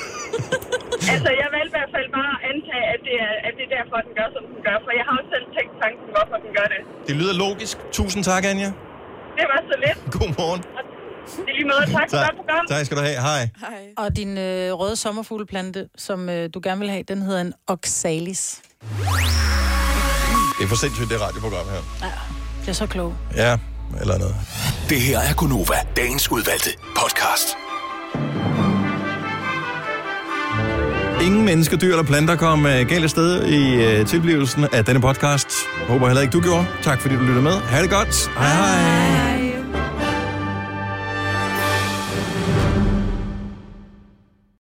Speaker 14: Altså, jeg valgte i hvert fald bare at antage, at det, er, at det er derfor, den gør, som den gør, for jeg har jo selv tænkt tanken, hvorfor den gør det.
Speaker 1: Det lyder logisk. Tusind tak, Anja.
Speaker 14: Det var så lidt.
Speaker 1: Godmorgen.
Speaker 14: Det er lige måde. Tak for godt program.
Speaker 1: tak skal du have. Hej.
Speaker 4: Og din øh, røde sommerfugleplante, som øh, du gerne vil have, den hedder en oxalis.
Speaker 1: Det er for sindssygt, det radioprogram her.
Speaker 4: Det er så klog.
Speaker 1: Ja, eller noget.
Speaker 8: Det her er Gunova, dagens udvalgte podcast.
Speaker 1: Ingen mennesker, dyr eller planter kom øh, galt af sted i øh, tilblivelsen af denne podcast. Håber heller ikke, du gjorde. Tak fordi du lyttede med. Ha' det godt. Hej hej. hej.